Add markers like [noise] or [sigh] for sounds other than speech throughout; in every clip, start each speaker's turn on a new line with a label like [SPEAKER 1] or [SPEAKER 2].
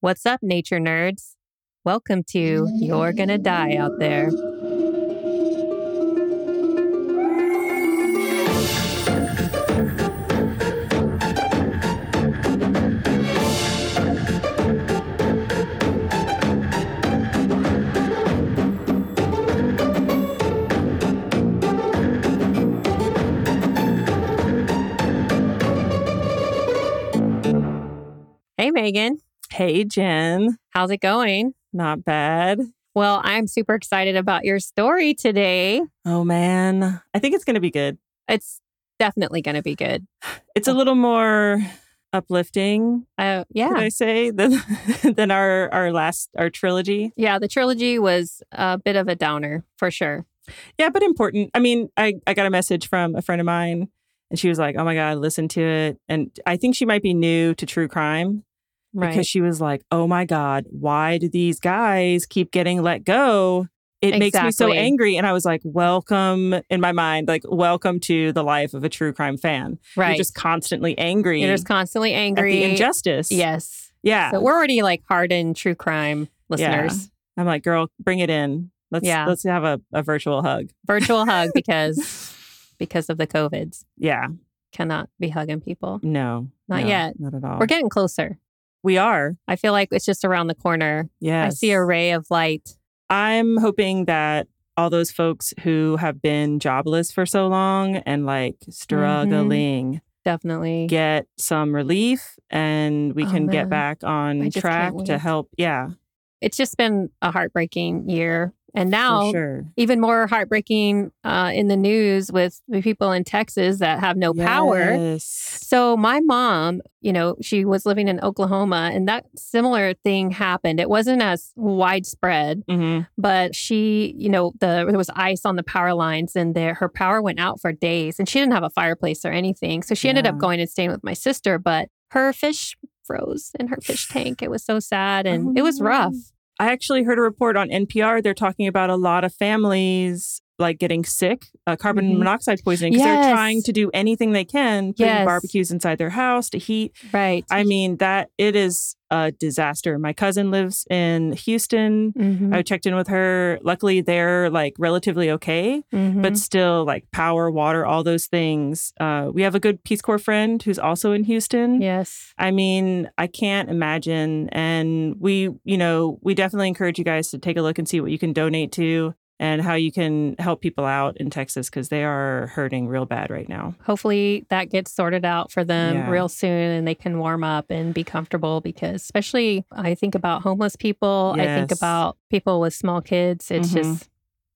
[SPEAKER 1] What's up, nature nerds? Welcome to You're Gonna Die Out There. Hey, Megan,
[SPEAKER 2] Hey, Jen.
[SPEAKER 1] how's it going?
[SPEAKER 2] Not bad.
[SPEAKER 1] Well, I'm super excited about your story today.
[SPEAKER 2] Oh, man. I think it's going to be good.
[SPEAKER 1] It's definitely gonna be good.
[SPEAKER 2] It's a
[SPEAKER 1] Oh.
[SPEAKER 2] little more uplifting,
[SPEAKER 1] Uh, [laughs]
[SPEAKER 2] could
[SPEAKER 1] yeah.
[SPEAKER 2] I say, than, [laughs] than our, our last, our trilogy.
[SPEAKER 1] Yeah, the trilogy was a bit of a downer for sure.
[SPEAKER 2] Yeah, but important. I mean, I, I got a message from a friend of mine and she was like, oh my God, listen to it. And I think she might be new to true crime
[SPEAKER 1] Right.
[SPEAKER 2] because she was like, oh my God, why do these guys keep getting let go? It makes me so
[SPEAKER 1] Exactly.
[SPEAKER 2] angry. And I was like, welcome in my mind, like, welcome to the life of a true crime fan.
[SPEAKER 1] right.
[SPEAKER 2] You're just constantly angry.
[SPEAKER 1] You're just constantly
[SPEAKER 2] at
[SPEAKER 1] angry.
[SPEAKER 2] the injustice.
[SPEAKER 1] Yes.
[SPEAKER 2] Yeah.
[SPEAKER 1] So we're already like hardened true crime listeners.
[SPEAKER 2] I'm like, girl, bring it in. Let's
[SPEAKER 1] Yeah.
[SPEAKER 2] let's have a, a
[SPEAKER 1] [laughs]
[SPEAKER 2] virtual hug.
[SPEAKER 1] Virtual hug because [laughs] because of the COVIDs.
[SPEAKER 2] Yeah.
[SPEAKER 1] Cannot be hugging people.
[SPEAKER 2] No.
[SPEAKER 1] Not
[SPEAKER 2] no,
[SPEAKER 1] yet.
[SPEAKER 2] Not at all.
[SPEAKER 1] We're getting closer.
[SPEAKER 2] we are.
[SPEAKER 1] I feel like it's just around the corner.
[SPEAKER 2] Yeah.
[SPEAKER 1] I see a ray of light.
[SPEAKER 2] I'm hoping that all those folks who have been jobless for so long and like
[SPEAKER 1] Mm-hmm.
[SPEAKER 2] struggling
[SPEAKER 1] Definitely.
[SPEAKER 2] get some relief and we
[SPEAKER 1] Oh,
[SPEAKER 2] can
[SPEAKER 1] man.
[SPEAKER 2] get back
[SPEAKER 1] I
[SPEAKER 2] on
[SPEAKER 1] just can't
[SPEAKER 2] track to
[SPEAKER 1] wait.
[SPEAKER 2] help. Yeah.
[SPEAKER 1] it's just been a heartbreaking year. And
[SPEAKER 2] For
[SPEAKER 1] now,
[SPEAKER 2] sure.
[SPEAKER 1] even more heartbreaking uh, in the news with the people in Texas that have no power.
[SPEAKER 2] Yes.
[SPEAKER 1] So my mom, you know, she was living in Oklahoma and that similar thing happened. It wasn't as widespread,
[SPEAKER 2] Mhm.
[SPEAKER 1] but she, you know, the there was ice on the power lines and there her power went out for days and she didn't have a fireplace or anything. So she ended up
[SPEAKER 2] Yeah.
[SPEAKER 1] going and staying with my sister, but her fish froze in her fish tank. It was so sad and
[SPEAKER 2] Oh,
[SPEAKER 1] it was
[SPEAKER 2] no.
[SPEAKER 1] rough.
[SPEAKER 2] I actually heard a report on NPR. They're talking about a lot of families like getting sick, uh, carbon
[SPEAKER 1] Mhm.
[SPEAKER 2] monoxide poisoning, because
[SPEAKER 1] Yes.
[SPEAKER 2] they're trying to do anything they can, putting
[SPEAKER 1] Yes.
[SPEAKER 2] barbecues inside their house to heat.
[SPEAKER 1] Right.
[SPEAKER 2] I mean, that it is a disaster. My cousin lives in Houston.
[SPEAKER 1] Mhm,
[SPEAKER 2] I checked in with her. Luckily, they're like relatively okay, but
[SPEAKER 1] mhm.
[SPEAKER 2] still like power, water, all those things. Uh, we have a good Peace Corps friend who's also in Houston.
[SPEAKER 1] yes,
[SPEAKER 2] I mean, I can't imagine. And we, you know, we definitely encourage you guys to take a look and see what you can donate to and how you can help people out in Texas because they are hurting real bad right now.
[SPEAKER 1] hopefully that gets sorted out for them
[SPEAKER 2] Yeah.
[SPEAKER 1] real soon, and they can warm up and be comfortable. Because especially, I think about homeless people. I think
[SPEAKER 2] Yes.
[SPEAKER 1] about people with small kids. It's
[SPEAKER 2] Mhm.
[SPEAKER 1] just,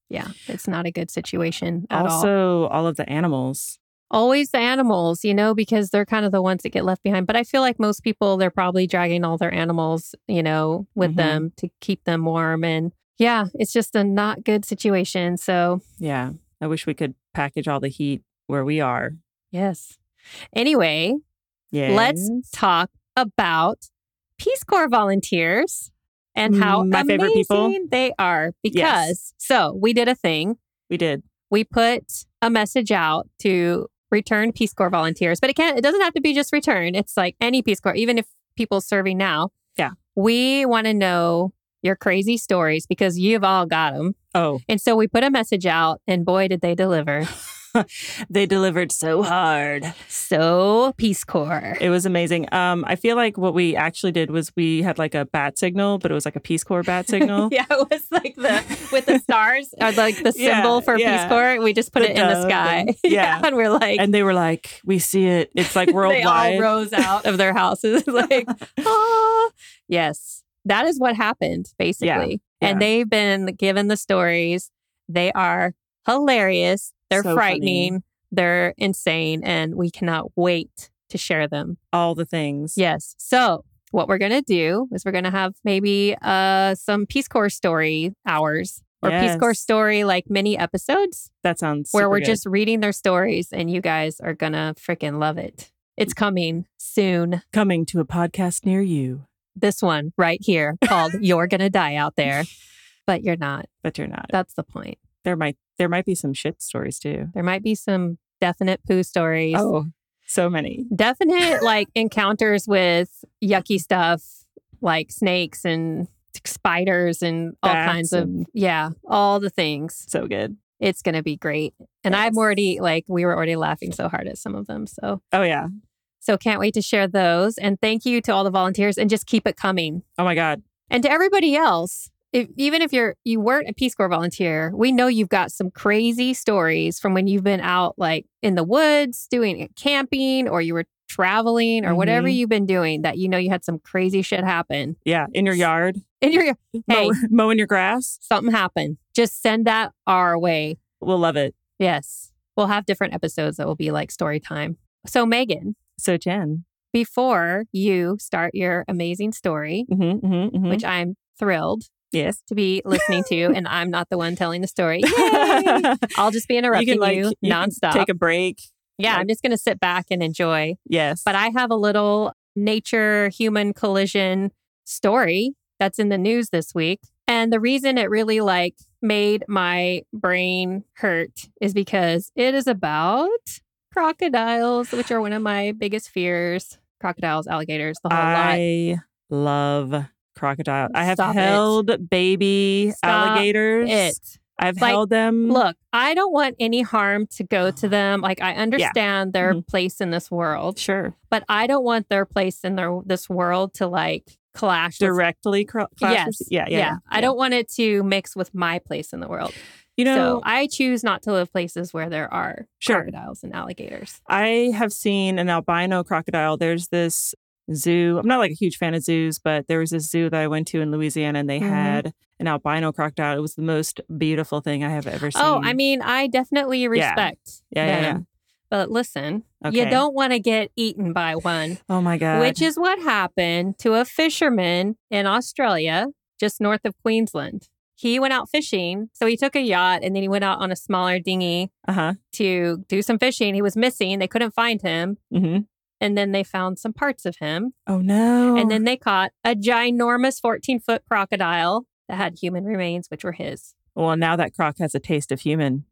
[SPEAKER 1] yeah, it's not a good situation at all.
[SPEAKER 2] also, all of the animals.
[SPEAKER 1] Always the animals, you know, because they're kind of the ones that get left behind. But I feel like most people, they're probably dragging all their animals, you know, with
[SPEAKER 2] Mhm.
[SPEAKER 1] them to keep them warm. And yeah, it's just a not good situation. So
[SPEAKER 2] Yeah. I wish we could package all the heat where we are.
[SPEAKER 1] Yes. Anyway,
[SPEAKER 2] Yeah.
[SPEAKER 1] let's talk about Peace Corps volunteers and how
[SPEAKER 2] Mm, my
[SPEAKER 1] amazing
[SPEAKER 2] favorite people.
[SPEAKER 1] they are. Because so we did a thing.
[SPEAKER 2] We did.
[SPEAKER 1] We put a message out to return Peace Corps volunteers, but it can't. It doesn't have to be just return. It's like any Peace Corps, even if people serving now.
[SPEAKER 2] Yeah.
[SPEAKER 1] we want to know your crazy stories because you've all got them.
[SPEAKER 2] Oh,
[SPEAKER 1] And so we put a message out, and boy, did they
[SPEAKER 2] [laughs]
[SPEAKER 1] deliver!
[SPEAKER 2] they delivered so hard.
[SPEAKER 1] So Peace Corps.
[SPEAKER 2] It was amazing. Um, I feel like what we actually did was we had like a bat signal, but it was like a Peace Corps
[SPEAKER 1] [laughs]
[SPEAKER 2] bat signal.
[SPEAKER 1] Yeah, it was like the with the stars [laughs] or like the
[SPEAKER 2] Yeah,
[SPEAKER 1] symbol for
[SPEAKER 2] yeah.
[SPEAKER 1] Peace Corps. We just put
[SPEAKER 2] The
[SPEAKER 1] it in the
[SPEAKER 2] dove
[SPEAKER 1] sky. [laughs]
[SPEAKER 2] and- yeah.
[SPEAKER 1] and we're like,
[SPEAKER 2] and they were like, "We see it. It's like
[SPEAKER 1] [laughs] they all
[SPEAKER 2] worldwide."
[SPEAKER 1] rose out of their houses. [laughs] like,
[SPEAKER 2] [laughs]
[SPEAKER 1] oh, yes, that is what happened basically. And
[SPEAKER 2] yeah.
[SPEAKER 1] they've been given the stories. They are hilarious. They're
[SPEAKER 2] So funny.
[SPEAKER 1] frightening. They're insane, and we cannot wait to share them.
[SPEAKER 2] all the things.
[SPEAKER 1] Yes. So what we're gonna do is we're gonna have maybe uh some Peace Corps story hours or Peace Corps
[SPEAKER 2] Yes.
[SPEAKER 1] story like mini episodes
[SPEAKER 2] that sounds
[SPEAKER 1] where
[SPEAKER 2] super
[SPEAKER 1] we're
[SPEAKER 2] good.
[SPEAKER 1] just reading their stories and you guys are gonna freaking love it. It's coming soon.
[SPEAKER 2] coming to a podcast near you,
[SPEAKER 1] This one right
[SPEAKER 2] [laughs]
[SPEAKER 1] here called You're Gonna Die Out There. But you're not.
[SPEAKER 2] but you're not.
[SPEAKER 1] That's the point.
[SPEAKER 2] There might there might be some shit stories too.
[SPEAKER 1] There might be some definite poo stories.
[SPEAKER 2] Oh, [laughs] so many.
[SPEAKER 1] Definite like encounters with yucky stuff like snakes and spiders and all
[SPEAKER 2] Bats
[SPEAKER 1] kinds of
[SPEAKER 2] and-
[SPEAKER 1] yeah, all the things.
[SPEAKER 2] so good.
[SPEAKER 1] It's gonna be great. And I'm already like we were already laughing so hard at some of them. So
[SPEAKER 2] Oh yeah.
[SPEAKER 1] so can't wait to share those. And thank you to all the volunteers and just keep it coming.
[SPEAKER 2] Oh my god.
[SPEAKER 1] And to everybody else, if, even if you're you weren't a Peace Corps volunteer, we know you've got some crazy stories from when you've been out like in the woods doing camping or you were traveling or whatever
[SPEAKER 2] Mhm.
[SPEAKER 1] you've been doing that you know you had some crazy shit happen.
[SPEAKER 2] Yeah, in your yard,
[SPEAKER 1] And you're hey,
[SPEAKER 2] Mow- [laughs] mowing your grass.
[SPEAKER 1] something happened. Just send that our way.
[SPEAKER 2] We'll love it.
[SPEAKER 1] Yes. We'll have different episodes that will be like story time. So Megan,
[SPEAKER 2] So Jen.
[SPEAKER 1] before you start your amazing story,
[SPEAKER 2] hmm hmm hmm
[SPEAKER 1] which I'm thrilled
[SPEAKER 2] yes.
[SPEAKER 1] to be listening to,
[SPEAKER 2] [laughs]
[SPEAKER 1] and I'm not the one telling the story. Yay! I'll just be interrupting you,
[SPEAKER 2] you can
[SPEAKER 1] nonstop.
[SPEAKER 2] Take a break.
[SPEAKER 1] yeah,
[SPEAKER 2] like-
[SPEAKER 1] I'm just going to sit back and enjoy.
[SPEAKER 2] Yes.
[SPEAKER 1] But I have a little nature human collision story that's in the news this week. And the reason it really like made my brain hurt is because it is about crocodiles, which are one of my biggest fears. Crocodiles, alligators, the whole lot.
[SPEAKER 2] I love crocodile. I have
[SPEAKER 1] Stop it.
[SPEAKER 2] held baby
[SPEAKER 1] Stop
[SPEAKER 2] alligators.
[SPEAKER 1] It.
[SPEAKER 2] I've
[SPEAKER 1] Like,
[SPEAKER 2] held them.
[SPEAKER 1] Look, I don't want any harm to go to them. Like I understand their place in this world,
[SPEAKER 2] Sure.
[SPEAKER 1] but I don't want their place in their this world to like clash. with-
[SPEAKER 2] Directly cro- clash
[SPEAKER 1] yes,
[SPEAKER 2] with- Yeah, yeah, yeah.
[SPEAKER 1] I don't want it to mix with my place in the world.
[SPEAKER 2] You know,
[SPEAKER 1] so I choose not to live places where there are
[SPEAKER 2] Sure.
[SPEAKER 1] crocodiles and alligators.
[SPEAKER 2] I have seen an albino crocodile. There's this zoo. I'm not like a huge fan of zoos, but there was this zoo that I went to in Louisiana and they
[SPEAKER 1] Mhm.
[SPEAKER 2] had an albino crocodile. It was the most beautiful thing I have ever seen.
[SPEAKER 1] Oh, I mean, I definitely respect
[SPEAKER 2] Yeah, yeah,
[SPEAKER 1] them, but listen, you
[SPEAKER 2] Okay.
[SPEAKER 1] don't want to get eaten by one.
[SPEAKER 2] Oh my God.
[SPEAKER 1] Which is what happened to a fisherman in Australia, just north of Queensland. He went out fishing. So he took a yacht and then he went out on a smaller dinghy
[SPEAKER 2] uh huh.
[SPEAKER 1] to do some fishing. He was missing. They couldn't find him.
[SPEAKER 2] Mm-hmm.
[SPEAKER 1] And then they found some parts of him.
[SPEAKER 2] Oh no.
[SPEAKER 1] And then they caught a ginormous 14 foot crocodile that had human remains, which were his.
[SPEAKER 2] well, now that croc has a taste of human.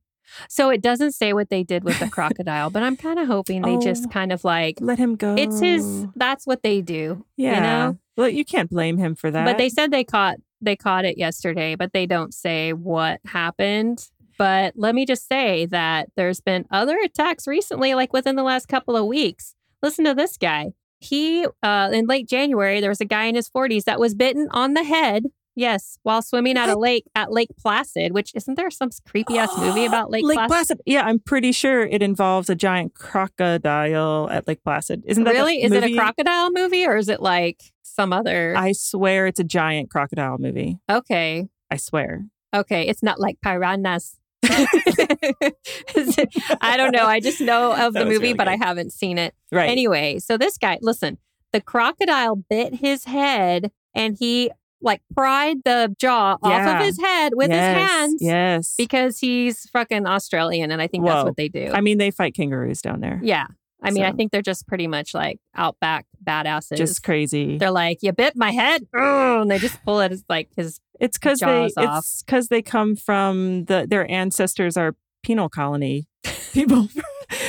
[SPEAKER 1] So it doesn't say what they did
[SPEAKER 2] [laughs]
[SPEAKER 1] with the crocodile, but I'm kind of hoping they
[SPEAKER 2] Oh.
[SPEAKER 1] just kind of like,
[SPEAKER 2] Let him go.
[SPEAKER 1] it's his, that's what they do.
[SPEAKER 2] Yeah.
[SPEAKER 1] know?
[SPEAKER 2] Well, you can't blame him for that.
[SPEAKER 1] But they said they caught they caught it yesterday, but they don't say what happened. But let me just say that there's been other attacks recently, like within the last couple of weeks. Listen to this guy. He uh, in late January there was a guy in his 40s that was bitten on the head. Yes, while swimming at a lake at Lake Placid, which isn't there some creepy ass
[SPEAKER 2] [gasps]
[SPEAKER 1] movie about Lake,
[SPEAKER 2] Placid. Yeah, I'm pretty sure it involves a giant crocodile at Lake Placid. Isn't that that
[SPEAKER 1] Really? Is it a
[SPEAKER 2] movie?
[SPEAKER 1] crocodile movie or is it like some other?
[SPEAKER 2] I swear it's a giant crocodile movie.
[SPEAKER 1] okay,
[SPEAKER 2] I swear.
[SPEAKER 1] Okay, it's not like
[SPEAKER 2] [laughs]
[SPEAKER 1] piranhas. [laughs] I don't know. I just know of
[SPEAKER 2] That
[SPEAKER 1] the
[SPEAKER 2] was
[SPEAKER 1] movie,
[SPEAKER 2] really
[SPEAKER 1] but I
[SPEAKER 2] good.
[SPEAKER 1] haven't seen it.
[SPEAKER 2] Right.
[SPEAKER 1] Anyway, so this guy, listen, the crocodile bit his head and he like pried the jaw off
[SPEAKER 2] Yeah.
[SPEAKER 1] of his head with his
[SPEAKER 2] Yes,
[SPEAKER 1] hands
[SPEAKER 2] Yes.
[SPEAKER 1] because he's fucking Australian and I think that's
[SPEAKER 2] Whoa.
[SPEAKER 1] what they do.
[SPEAKER 2] I mean, they fight kangaroos down there.
[SPEAKER 1] yeah. I mean, I
[SPEAKER 2] So-
[SPEAKER 1] think they're just pretty much like outback badasses.
[SPEAKER 2] Just crazy.
[SPEAKER 1] they're like, you bit my head, Ugh," and they just pull at his like his.
[SPEAKER 2] It's because they
[SPEAKER 1] jaws off.
[SPEAKER 2] it's because they come from the their ancestors are penal colony
[SPEAKER 1] [laughs]
[SPEAKER 2] people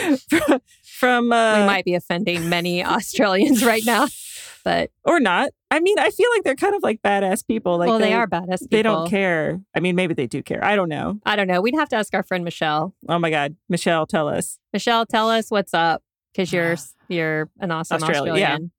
[SPEAKER 2] [laughs] from, from
[SPEAKER 1] we
[SPEAKER 2] uh,
[SPEAKER 1] might [laughs] be offending many Australians right now,
[SPEAKER 2] [laughs]
[SPEAKER 1] but
[SPEAKER 2] or not. I mean, I feel like they're kind of like badass people. Like
[SPEAKER 1] well, they, are badass people.
[SPEAKER 2] They don't care. I mean, maybe they do care. I don't know.
[SPEAKER 1] I don't know. We'd have to ask our friend Michelle.
[SPEAKER 2] Oh my God, Michelle, tell us.
[SPEAKER 1] Michelle, tell us what's up because you're
[SPEAKER 2] [sighs]
[SPEAKER 1] you're an awesome
[SPEAKER 2] Australia, yeah.
[SPEAKER 1] Australian.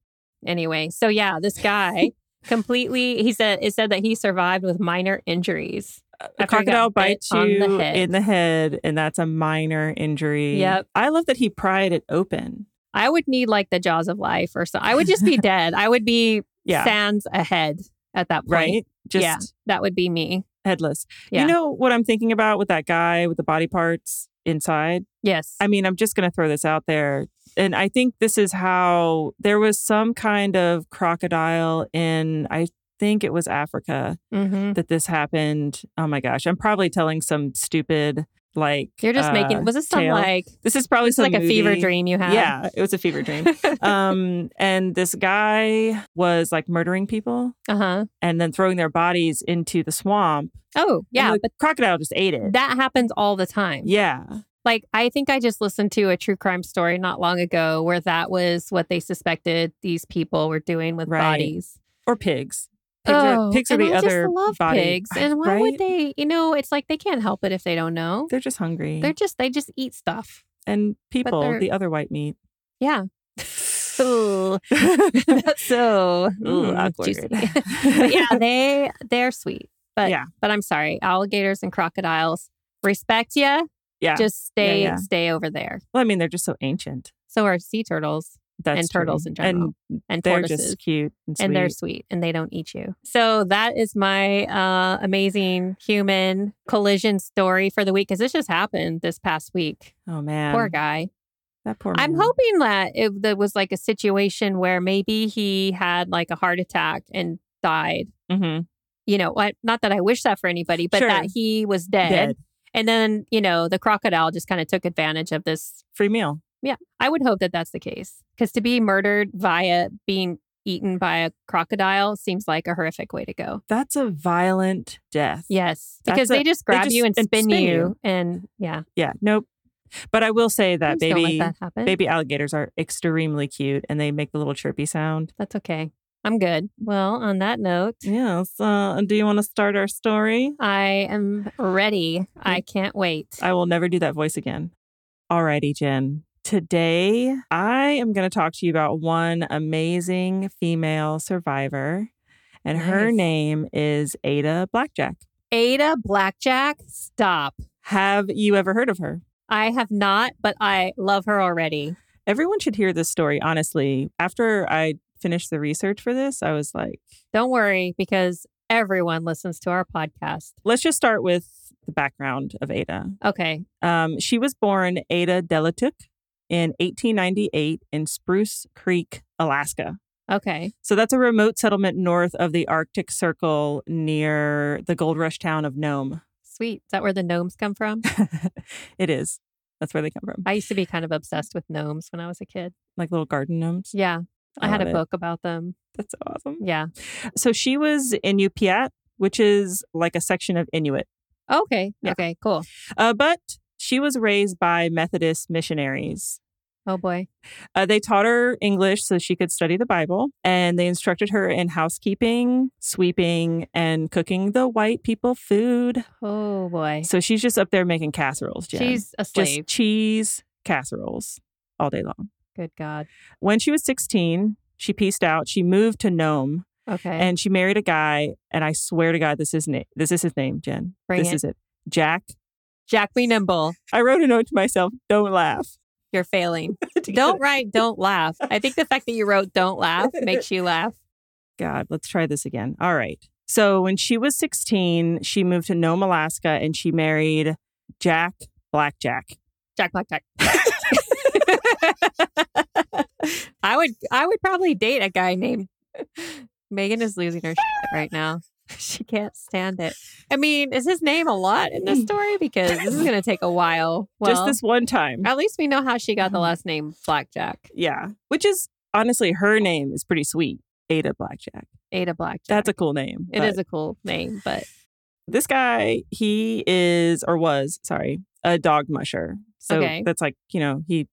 [SPEAKER 1] Anyway, so yeah, this
[SPEAKER 2] [laughs]
[SPEAKER 1] guy completely. He said it said that he survived with minor injuries.
[SPEAKER 2] a
[SPEAKER 1] After he got
[SPEAKER 2] crocodile
[SPEAKER 1] bit
[SPEAKER 2] bites
[SPEAKER 1] on
[SPEAKER 2] you
[SPEAKER 1] the head.
[SPEAKER 2] in the head, and that's a minor injury.
[SPEAKER 1] Yep.
[SPEAKER 2] I love that he pried it open.
[SPEAKER 1] I would need like the jaws of life or so. I would
[SPEAKER 2] [laughs]
[SPEAKER 1] just be dead. I would be
[SPEAKER 2] Yeah.
[SPEAKER 1] sands ahead at that point.
[SPEAKER 2] right? Just
[SPEAKER 1] Yeah. That would be me.
[SPEAKER 2] headless.
[SPEAKER 1] Yeah.
[SPEAKER 2] You know what I'm thinking about with that guy with the body parts inside?
[SPEAKER 1] Yes.
[SPEAKER 2] I mean, I'm just going to throw this out there. And I think this is how there was some kind of crocodile in, I think it was Africa
[SPEAKER 1] Mhm.
[SPEAKER 2] that this happened. Oh my gosh. I'm probably telling some stupid, like,
[SPEAKER 1] You're just
[SPEAKER 2] uh,
[SPEAKER 1] making. Was this some
[SPEAKER 2] tail.
[SPEAKER 1] like
[SPEAKER 2] this is probably
[SPEAKER 1] it's like
[SPEAKER 2] some
[SPEAKER 1] a fever
[SPEAKER 2] movie.
[SPEAKER 1] dream you had? [laughs]
[SPEAKER 2] Yeah, it was a fever dream. um, and this guy was like murdering people
[SPEAKER 1] uh huh.
[SPEAKER 2] and then throwing their bodies into the swamp.
[SPEAKER 1] Oh yeah,
[SPEAKER 2] and the crocodile just ate it.
[SPEAKER 1] but that happens all the time.
[SPEAKER 2] yeah,
[SPEAKER 1] Like, I think I just listened to a true crime story not long ago where that was what they suspected these people were doing with
[SPEAKER 2] Right.
[SPEAKER 1] bodies. Oh,
[SPEAKER 2] or pigs. Pigs are, pigs are
[SPEAKER 1] and
[SPEAKER 2] the
[SPEAKER 1] I
[SPEAKER 2] other
[SPEAKER 1] just love
[SPEAKER 2] body.
[SPEAKER 1] pigs. And why
[SPEAKER 2] right?
[SPEAKER 1] would they? You know, it's like they can't help it if they don't know.
[SPEAKER 2] They're just hungry.
[SPEAKER 1] They're just they just eat stuff.
[SPEAKER 2] and people,
[SPEAKER 1] they're-
[SPEAKER 2] the other white meat. [laughs]
[SPEAKER 1] Yeah. [laughs] Ooh, that's so ooh,
[SPEAKER 2] Mm,
[SPEAKER 1] awkward.
[SPEAKER 2] [laughs] juicy.
[SPEAKER 1] [laughs] but yeah, they they're sweet. But
[SPEAKER 2] Yeah.
[SPEAKER 1] but I'm sorry, alligators and crocodiles respect ya.
[SPEAKER 2] Yeah.
[SPEAKER 1] Just stay
[SPEAKER 2] yeah.
[SPEAKER 1] stay over there.
[SPEAKER 2] well, I mean, they're just so ancient.
[SPEAKER 1] So are sea turtles
[SPEAKER 2] That's
[SPEAKER 1] And turtles
[SPEAKER 2] true.
[SPEAKER 1] in general. and
[SPEAKER 2] And they're
[SPEAKER 1] tortoises.
[SPEAKER 2] just cute and sweet.
[SPEAKER 1] and they're sweet and they don't eat you. So that is my uh, amazing human collision story for the week because this just happened this past week.
[SPEAKER 2] oh man,
[SPEAKER 1] Poor guy.
[SPEAKER 2] That poor.
[SPEAKER 1] I'm
[SPEAKER 2] man.
[SPEAKER 1] hoping that it that was like a situation where maybe he had like a heart attack and died.
[SPEAKER 2] Mhm.
[SPEAKER 1] You know, I- not that I wish that for anybody, but
[SPEAKER 2] Sure.
[SPEAKER 1] that he was dead.
[SPEAKER 2] Dead.
[SPEAKER 1] And then, you know, the crocodile just kind of took advantage of this.
[SPEAKER 2] Free meal.
[SPEAKER 1] I would hope that that's the case because to be murdered via being eaten by a crocodile seems like a horrific way to go.
[SPEAKER 2] That's a violent death.
[SPEAKER 1] Yes,
[SPEAKER 2] That's
[SPEAKER 1] because
[SPEAKER 2] a-
[SPEAKER 1] they just grab
[SPEAKER 2] just-
[SPEAKER 1] you and
[SPEAKER 2] and
[SPEAKER 1] spin,
[SPEAKER 2] spin
[SPEAKER 1] you,
[SPEAKER 2] you.
[SPEAKER 1] and yeah,
[SPEAKER 2] Yeah. Nope. But I will say that
[SPEAKER 1] please don't let
[SPEAKER 2] baby
[SPEAKER 1] that happen.
[SPEAKER 2] baby alligators are extremely cute, and they make the little chirpy sound.
[SPEAKER 1] That's okay. I'm good. Well, on that note,
[SPEAKER 2] Yes. Uh, do you want to start our story?
[SPEAKER 1] I am ready. I can't wait.
[SPEAKER 2] Mm. I will never do that voice again. Alrighty, Jen. Today, I am going to talk to you about one amazing female survivor, and her
[SPEAKER 1] Nice.
[SPEAKER 2] name is Ada Blackjack.
[SPEAKER 1] Ada Blackjack, stop.
[SPEAKER 2] Have you ever heard of her?
[SPEAKER 1] I have not, but I love her already.
[SPEAKER 2] Everyone should hear this story, honestly. After I finished the research for this, I was like,
[SPEAKER 1] Don't worry because everyone listens to our podcast.
[SPEAKER 2] let's just start with the background of Ada.
[SPEAKER 1] Okay.
[SPEAKER 2] Um, she was born Ada Delatuk in 1898 in Spruce Creek, Alaska.
[SPEAKER 1] Okay.
[SPEAKER 2] So that's a remote settlement north of the Arctic Circle near the gold rush town of Nome. [laughs]
[SPEAKER 1] Sweet. Is that where the gnomes come from?
[SPEAKER 2] it is. That's where they come from.
[SPEAKER 1] I used to be kind of obsessed with gnomes when I was a kid.
[SPEAKER 2] Like little garden gnomes.
[SPEAKER 1] Yeah. I, had
[SPEAKER 2] love
[SPEAKER 1] a
[SPEAKER 2] it.
[SPEAKER 1] book about them.
[SPEAKER 2] That's so awesome.
[SPEAKER 1] Yeah.
[SPEAKER 2] So she was Inupiat, which is like a section of Inuit.
[SPEAKER 1] Okay.
[SPEAKER 2] Yeah.
[SPEAKER 1] Okay. Cool.
[SPEAKER 2] Uh, but she was raised by Methodist missionaries.
[SPEAKER 1] Oh boy.
[SPEAKER 2] Uh, they taught her English so she could study the Bible, and they instructed her in housekeeping, sweeping, and cooking the white people food.
[SPEAKER 1] Oh boy.
[SPEAKER 2] So she's just up there making casseroles, Jen.
[SPEAKER 1] She's a
[SPEAKER 2] just
[SPEAKER 1] slave.
[SPEAKER 2] cheese casseroles all day long.
[SPEAKER 1] Good God.
[SPEAKER 2] When she was 16, she pieced out. She moved to Nome
[SPEAKER 1] Okay.
[SPEAKER 2] and she married a guy. And I swear to God, this is na- this is his name, Jen.
[SPEAKER 1] Bring
[SPEAKER 2] this
[SPEAKER 1] it.
[SPEAKER 2] is it, Jack.
[SPEAKER 1] Jack be nimble.
[SPEAKER 2] I wrote a note to myself: Don't laugh.
[SPEAKER 1] You're [laughs] failing. Don't write don't laugh. I think the fact that you wrote don't laugh makes you laugh.
[SPEAKER 2] God, let's try this again. All right. So when she was 16, she moved to Nome, Alaska, and she married Jack Blackjack.
[SPEAKER 1] Jack Black Jack. [laughs] I would I would probably date a guy named Megan is losing her shit right now. [laughs] She can't stand it. I mean, is his name a lot in this story? Because this is gonna take a while. Well, Oh.
[SPEAKER 2] Just this one time.
[SPEAKER 1] at least we know how she got the last name Blackjack.
[SPEAKER 2] Yeah. Which is honestly, her name is pretty sweet. Ada Blackjack.
[SPEAKER 1] Ada Blackjack.
[SPEAKER 2] That's a cool name.
[SPEAKER 1] it
[SPEAKER 2] but-
[SPEAKER 1] is a cool name, but
[SPEAKER 2] this guy he is or was sorry a dog musher so
[SPEAKER 1] Okay.
[SPEAKER 2] that's like you know he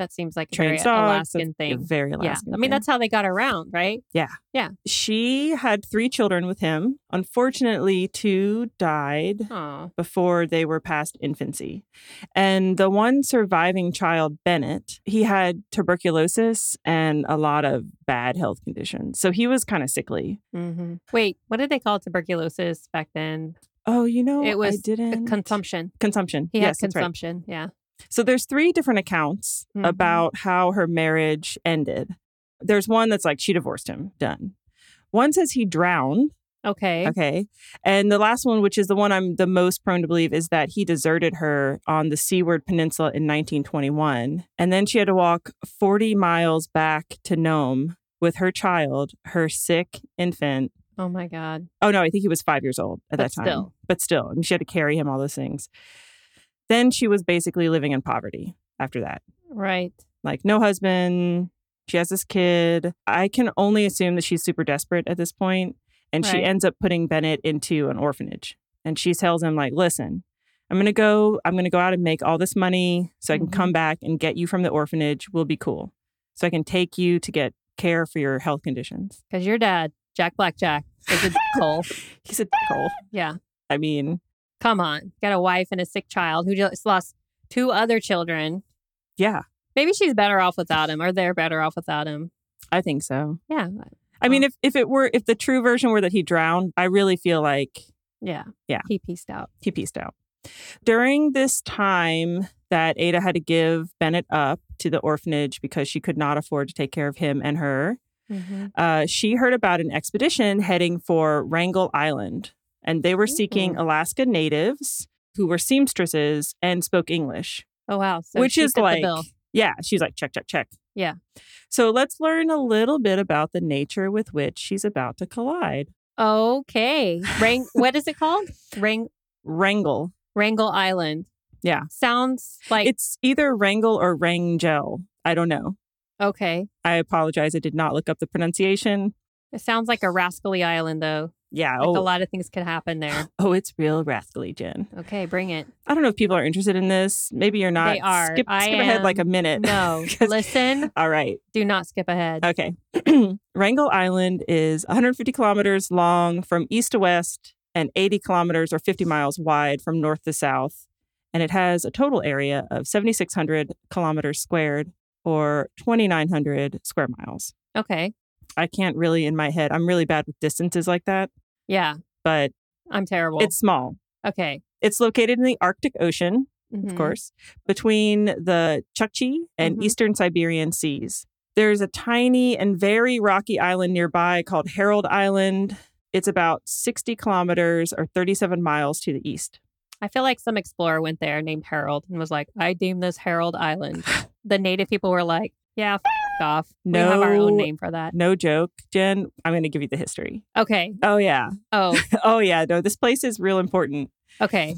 [SPEAKER 1] that seems like a very
[SPEAKER 2] trains dogs that's
[SPEAKER 1] Alaskan
[SPEAKER 2] a
[SPEAKER 1] thing.
[SPEAKER 2] very
[SPEAKER 1] Yeah.
[SPEAKER 2] alaskan
[SPEAKER 1] I mean,
[SPEAKER 2] thing.
[SPEAKER 1] that's how they got around, right?
[SPEAKER 2] she had three children with him unfortunately two died
[SPEAKER 1] Oh.
[SPEAKER 2] before they were past infancy and the one surviving child bennett he had tuberculosis and a lot of bad health conditions so he was kind of sickly Mm-hmm.
[SPEAKER 1] hmm Wait, what did they call tuberculosis back then?
[SPEAKER 2] oh you know
[SPEAKER 1] It was
[SPEAKER 2] I didn't
[SPEAKER 1] Consumption.
[SPEAKER 2] consumption
[SPEAKER 1] He
[SPEAKER 2] yes
[SPEAKER 1] had
[SPEAKER 2] that's right.
[SPEAKER 1] consumption. Yeah.
[SPEAKER 2] So there's three different accounts
[SPEAKER 1] Mhm.
[SPEAKER 2] about how her marriage ended. There's one that's like she divorced him, done. One says he drowned.
[SPEAKER 1] Okay.
[SPEAKER 2] Okay. And the last one, which is the one I'm the most prone to believe, is that he deserted her on the Seaward Peninsula in 1921. And then she had to walk 40 miles back to Nome with her child, her sick infant.
[SPEAKER 1] Oh my God.
[SPEAKER 2] Oh, no, I think he was five years old at
[SPEAKER 1] But
[SPEAKER 2] that time.
[SPEAKER 1] still.
[SPEAKER 2] But still, I mean, she had to carry him all those things. Then she was basically living in poverty after that
[SPEAKER 1] Right.
[SPEAKER 2] like no husband she has this kid i can only assume that she's super desperate at this point and she
[SPEAKER 1] Right.
[SPEAKER 2] ends up putting bennett into an orphanage and she tells him like listen i'm gonna go i'm gonna go out and make all this money so i can
[SPEAKER 1] Mhm.
[SPEAKER 2] come back and get you from the orphanage we'll be cool so i can take you to get care for your health conditions
[SPEAKER 1] Because your dad, Jack Blackjack is a
[SPEAKER 2] [laughs]
[SPEAKER 1] dickhole.
[SPEAKER 2] He's a dickhole.
[SPEAKER 1] Yeah.
[SPEAKER 2] I mean,
[SPEAKER 1] Come on. Got a wife and a sick child who just lost two other children.
[SPEAKER 2] yeah,
[SPEAKER 1] Maybe she's better off without him, or they're better off without him.
[SPEAKER 2] I think so.
[SPEAKER 1] Yeah.
[SPEAKER 2] I mean, if if it were if the true version were that he drowned, I really feel like
[SPEAKER 1] Yeah.
[SPEAKER 2] Yeah.
[SPEAKER 1] He pieced out.
[SPEAKER 2] he pieced out. During this time that Ada had to give Bennett up to the orphanage because she could not afford to take care of him and her, uh, she heard about an expedition heading for Wrangell Island, and they were seeking Alaska natives who were seamstresses and spoke English,
[SPEAKER 1] Oh, wow. So
[SPEAKER 2] which
[SPEAKER 1] she
[SPEAKER 2] is
[SPEAKER 1] fit the
[SPEAKER 2] like,
[SPEAKER 1] bill.
[SPEAKER 2] yeah, she's like, check, check, check.
[SPEAKER 1] Yeah.
[SPEAKER 2] So let's learn a little bit about the nature with which she's about to collide.
[SPEAKER 1] Okay. Rang- what is it called? Rang-
[SPEAKER 2] Wrangell.
[SPEAKER 1] Wrangell Island.
[SPEAKER 2] Yeah.
[SPEAKER 1] Sounds like
[SPEAKER 2] It's either Wrangell or Wrangell. I don't know.
[SPEAKER 1] okay.
[SPEAKER 2] I apologize. I did not look up the pronunciation.
[SPEAKER 1] It sounds like a rascally island though.
[SPEAKER 2] Yeah.
[SPEAKER 1] Like a
[SPEAKER 2] Oh,
[SPEAKER 1] lot of things could happen there.
[SPEAKER 2] [laughs] oh, it's real rascally, Jen.
[SPEAKER 1] Okay, bring it.
[SPEAKER 2] I don't know if people are interested in this. Maybe you're not.
[SPEAKER 1] They are.
[SPEAKER 2] Skip,
[SPEAKER 1] I
[SPEAKER 2] skip ahead like a
[SPEAKER 1] am-
[SPEAKER 2] minute.
[SPEAKER 1] No.
[SPEAKER 2] Eh, 'Cause-
[SPEAKER 1] Listen,
[SPEAKER 2] [laughs] All right.
[SPEAKER 1] do not skip ahead.
[SPEAKER 2] Okay. [clears throat] Wrangell Island is 150 kilometers long from east to west and 80 kilometers or 50 miles wide from north to south. And it has a total area of 7,600 kilometers squared or 2,900 square miles.
[SPEAKER 1] Okay.
[SPEAKER 2] I can't really, in my head, I'm really bad with distances like that,
[SPEAKER 1] Yeah.
[SPEAKER 2] but
[SPEAKER 1] I'm terrible.
[SPEAKER 2] it's small.
[SPEAKER 1] okay.
[SPEAKER 2] It's located in the Arctic Ocean,
[SPEAKER 1] Mhm.
[SPEAKER 2] of course, between the Chukchi and
[SPEAKER 1] Mhm.
[SPEAKER 2] Eastern Siberian seas. There's a tiny and very rocky island nearby called Harold Island. It's about 60 kilometers or 37 miles to the east.
[SPEAKER 1] I feel like some explorer went there named Harold and was like, I deem this Harold
[SPEAKER 2] [sighs]
[SPEAKER 1] Island. the native people were like, yeah,
[SPEAKER 2] [laughs]
[SPEAKER 1] f- off. We have our own
[SPEAKER 2] No.
[SPEAKER 1] name for that.
[SPEAKER 2] No joke, Jen. I'm going to give you the history.
[SPEAKER 1] Okay.
[SPEAKER 2] Oh, yeah. [laughs]
[SPEAKER 1] Oh,
[SPEAKER 2] Oh, yeah. No, this place is real important.
[SPEAKER 1] okay.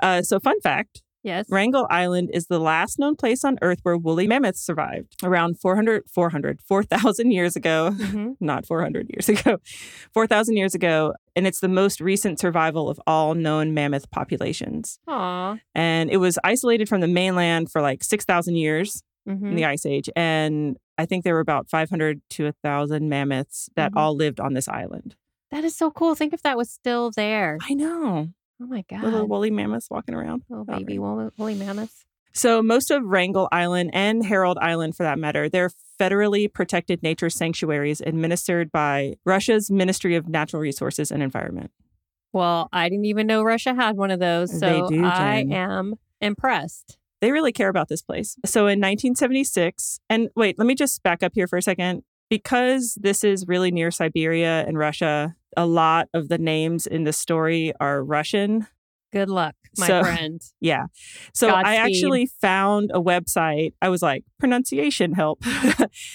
[SPEAKER 2] Uh, so, fun fact
[SPEAKER 1] Yes.
[SPEAKER 2] Wrangell Island is the last known place on Earth where woolly mammoths survived around 400, 400, 4,000 years ago. [laughs]
[SPEAKER 1] hmm
[SPEAKER 2] not 400 years [laughs] ago, 4,000 years ago. And it's the most recent survival of all known mammoth populations.
[SPEAKER 1] Aw.
[SPEAKER 2] And it was isolated from the mainland for like 6,000 years
[SPEAKER 1] hmm
[SPEAKER 2] in the Ice Age. And I think there were about 500 to 1,000 mammoths that
[SPEAKER 1] Mhm.
[SPEAKER 2] all lived on this island.
[SPEAKER 1] That is so cool. Think if that was still there.
[SPEAKER 2] I know.
[SPEAKER 1] Oh my God.
[SPEAKER 2] Little woolly mammoths walking around.
[SPEAKER 1] oh,
[SPEAKER 2] Not
[SPEAKER 1] baby
[SPEAKER 2] really.
[SPEAKER 1] woolly, woolly mammoths.
[SPEAKER 2] So most of Wrangell Island and Harold Island, for that matter, they're federally protected nature sanctuaries administered by Russia's Ministry of Natural Resources and Environment.
[SPEAKER 1] Well, I didn't even know Russia had one of those.
[SPEAKER 2] They
[SPEAKER 1] So
[SPEAKER 2] do,
[SPEAKER 1] I
[SPEAKER 2] Jen.
[SPEAKER 1] am impressed.
[SPEAKER 2] they really care about this place. So in 1976, and wait, let me just back up here for a second. Because this is really near Siberia and Russia, a lot of the names in the story are Russian.
[SPEAKER 1] Good luck, my [laughs]
[SPEAKER 2] So-
[SPEAKER 1] friend.
[SPEAKER 2] Yeah. So I
[SPEAKER 1] Godspeed.
[SPEAKER 2] actually found a website. I was like, pronunciation help. [laughs]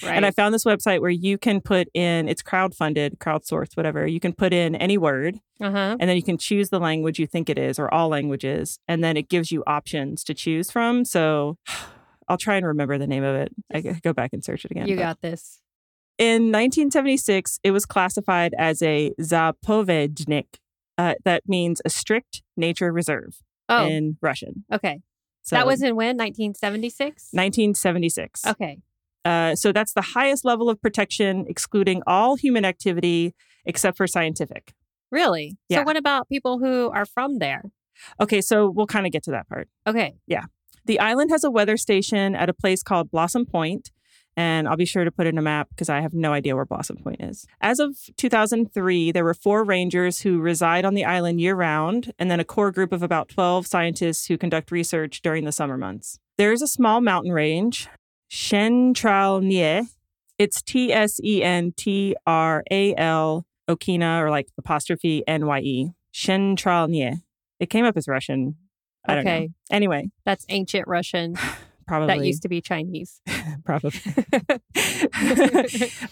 [SPEAKER 1] Right.
[SPEAKER 2] and I found this website where you can put in, it's crowdfunded, crowdsourced, whatever. You can put in any word
[SPEAKER 1] uh huh.
[SPEAKER 2] and then you can choose the language you think it is or all languages and then it gives you options to choose from so [sighs] i'll try and remember the name of it i could go back and search it again
[SPEAKER 1] You
[SPEAKER 2] but-
[SPEAKER 1] got this.
[SPEAKER 2] in 1976 it was classified as a zapovednik uh, that means a strict nature reserve
[SPEAKER 1] Oh,
[SPEAKER 2] in russian
[SPEAKER 1] okay.
[SPEAKER 2] so
[SPEAKER 1] that was Oh. in when? 1976?
[SPEAKER 2] 1976
[SPEAKER 1] Okay.
[SPEAKER 2] uh, so that's the highest level of protection excluding all human activity except for scientific
[SPEAKER 1] Really?
[SPEAKER 2] Yeah.
[SPEAKER 1] So what about people who are from there?
[SPEAKER 2] okay so we'll kind of get to that part
[SPEAKER 1] Okay.
[SPEAKER 2] The island has a weather station at a place called Blossom Point, and I'll be sure to put in a map because I have no idea where Blossom Point is. As of 2003, there were four rangers who reside on the island year round, and then a core group of about 12 scientists who conduct research during the summer months. There is a small mountain range, Shentralnie. It's T S E N T R A L Okina or like apostrophe N Y E. Shentralnie. It came up as Russian. I don't
[SPEAKER 1] Okay.
[SPEAKER 2] know. Anyway,
[SPEAKER 1] That's ancient Russian
[SPEAKER 2] probably
[SPEAKER 1] that used to be Chinese.
[SPEAKER 2] probably [laughs]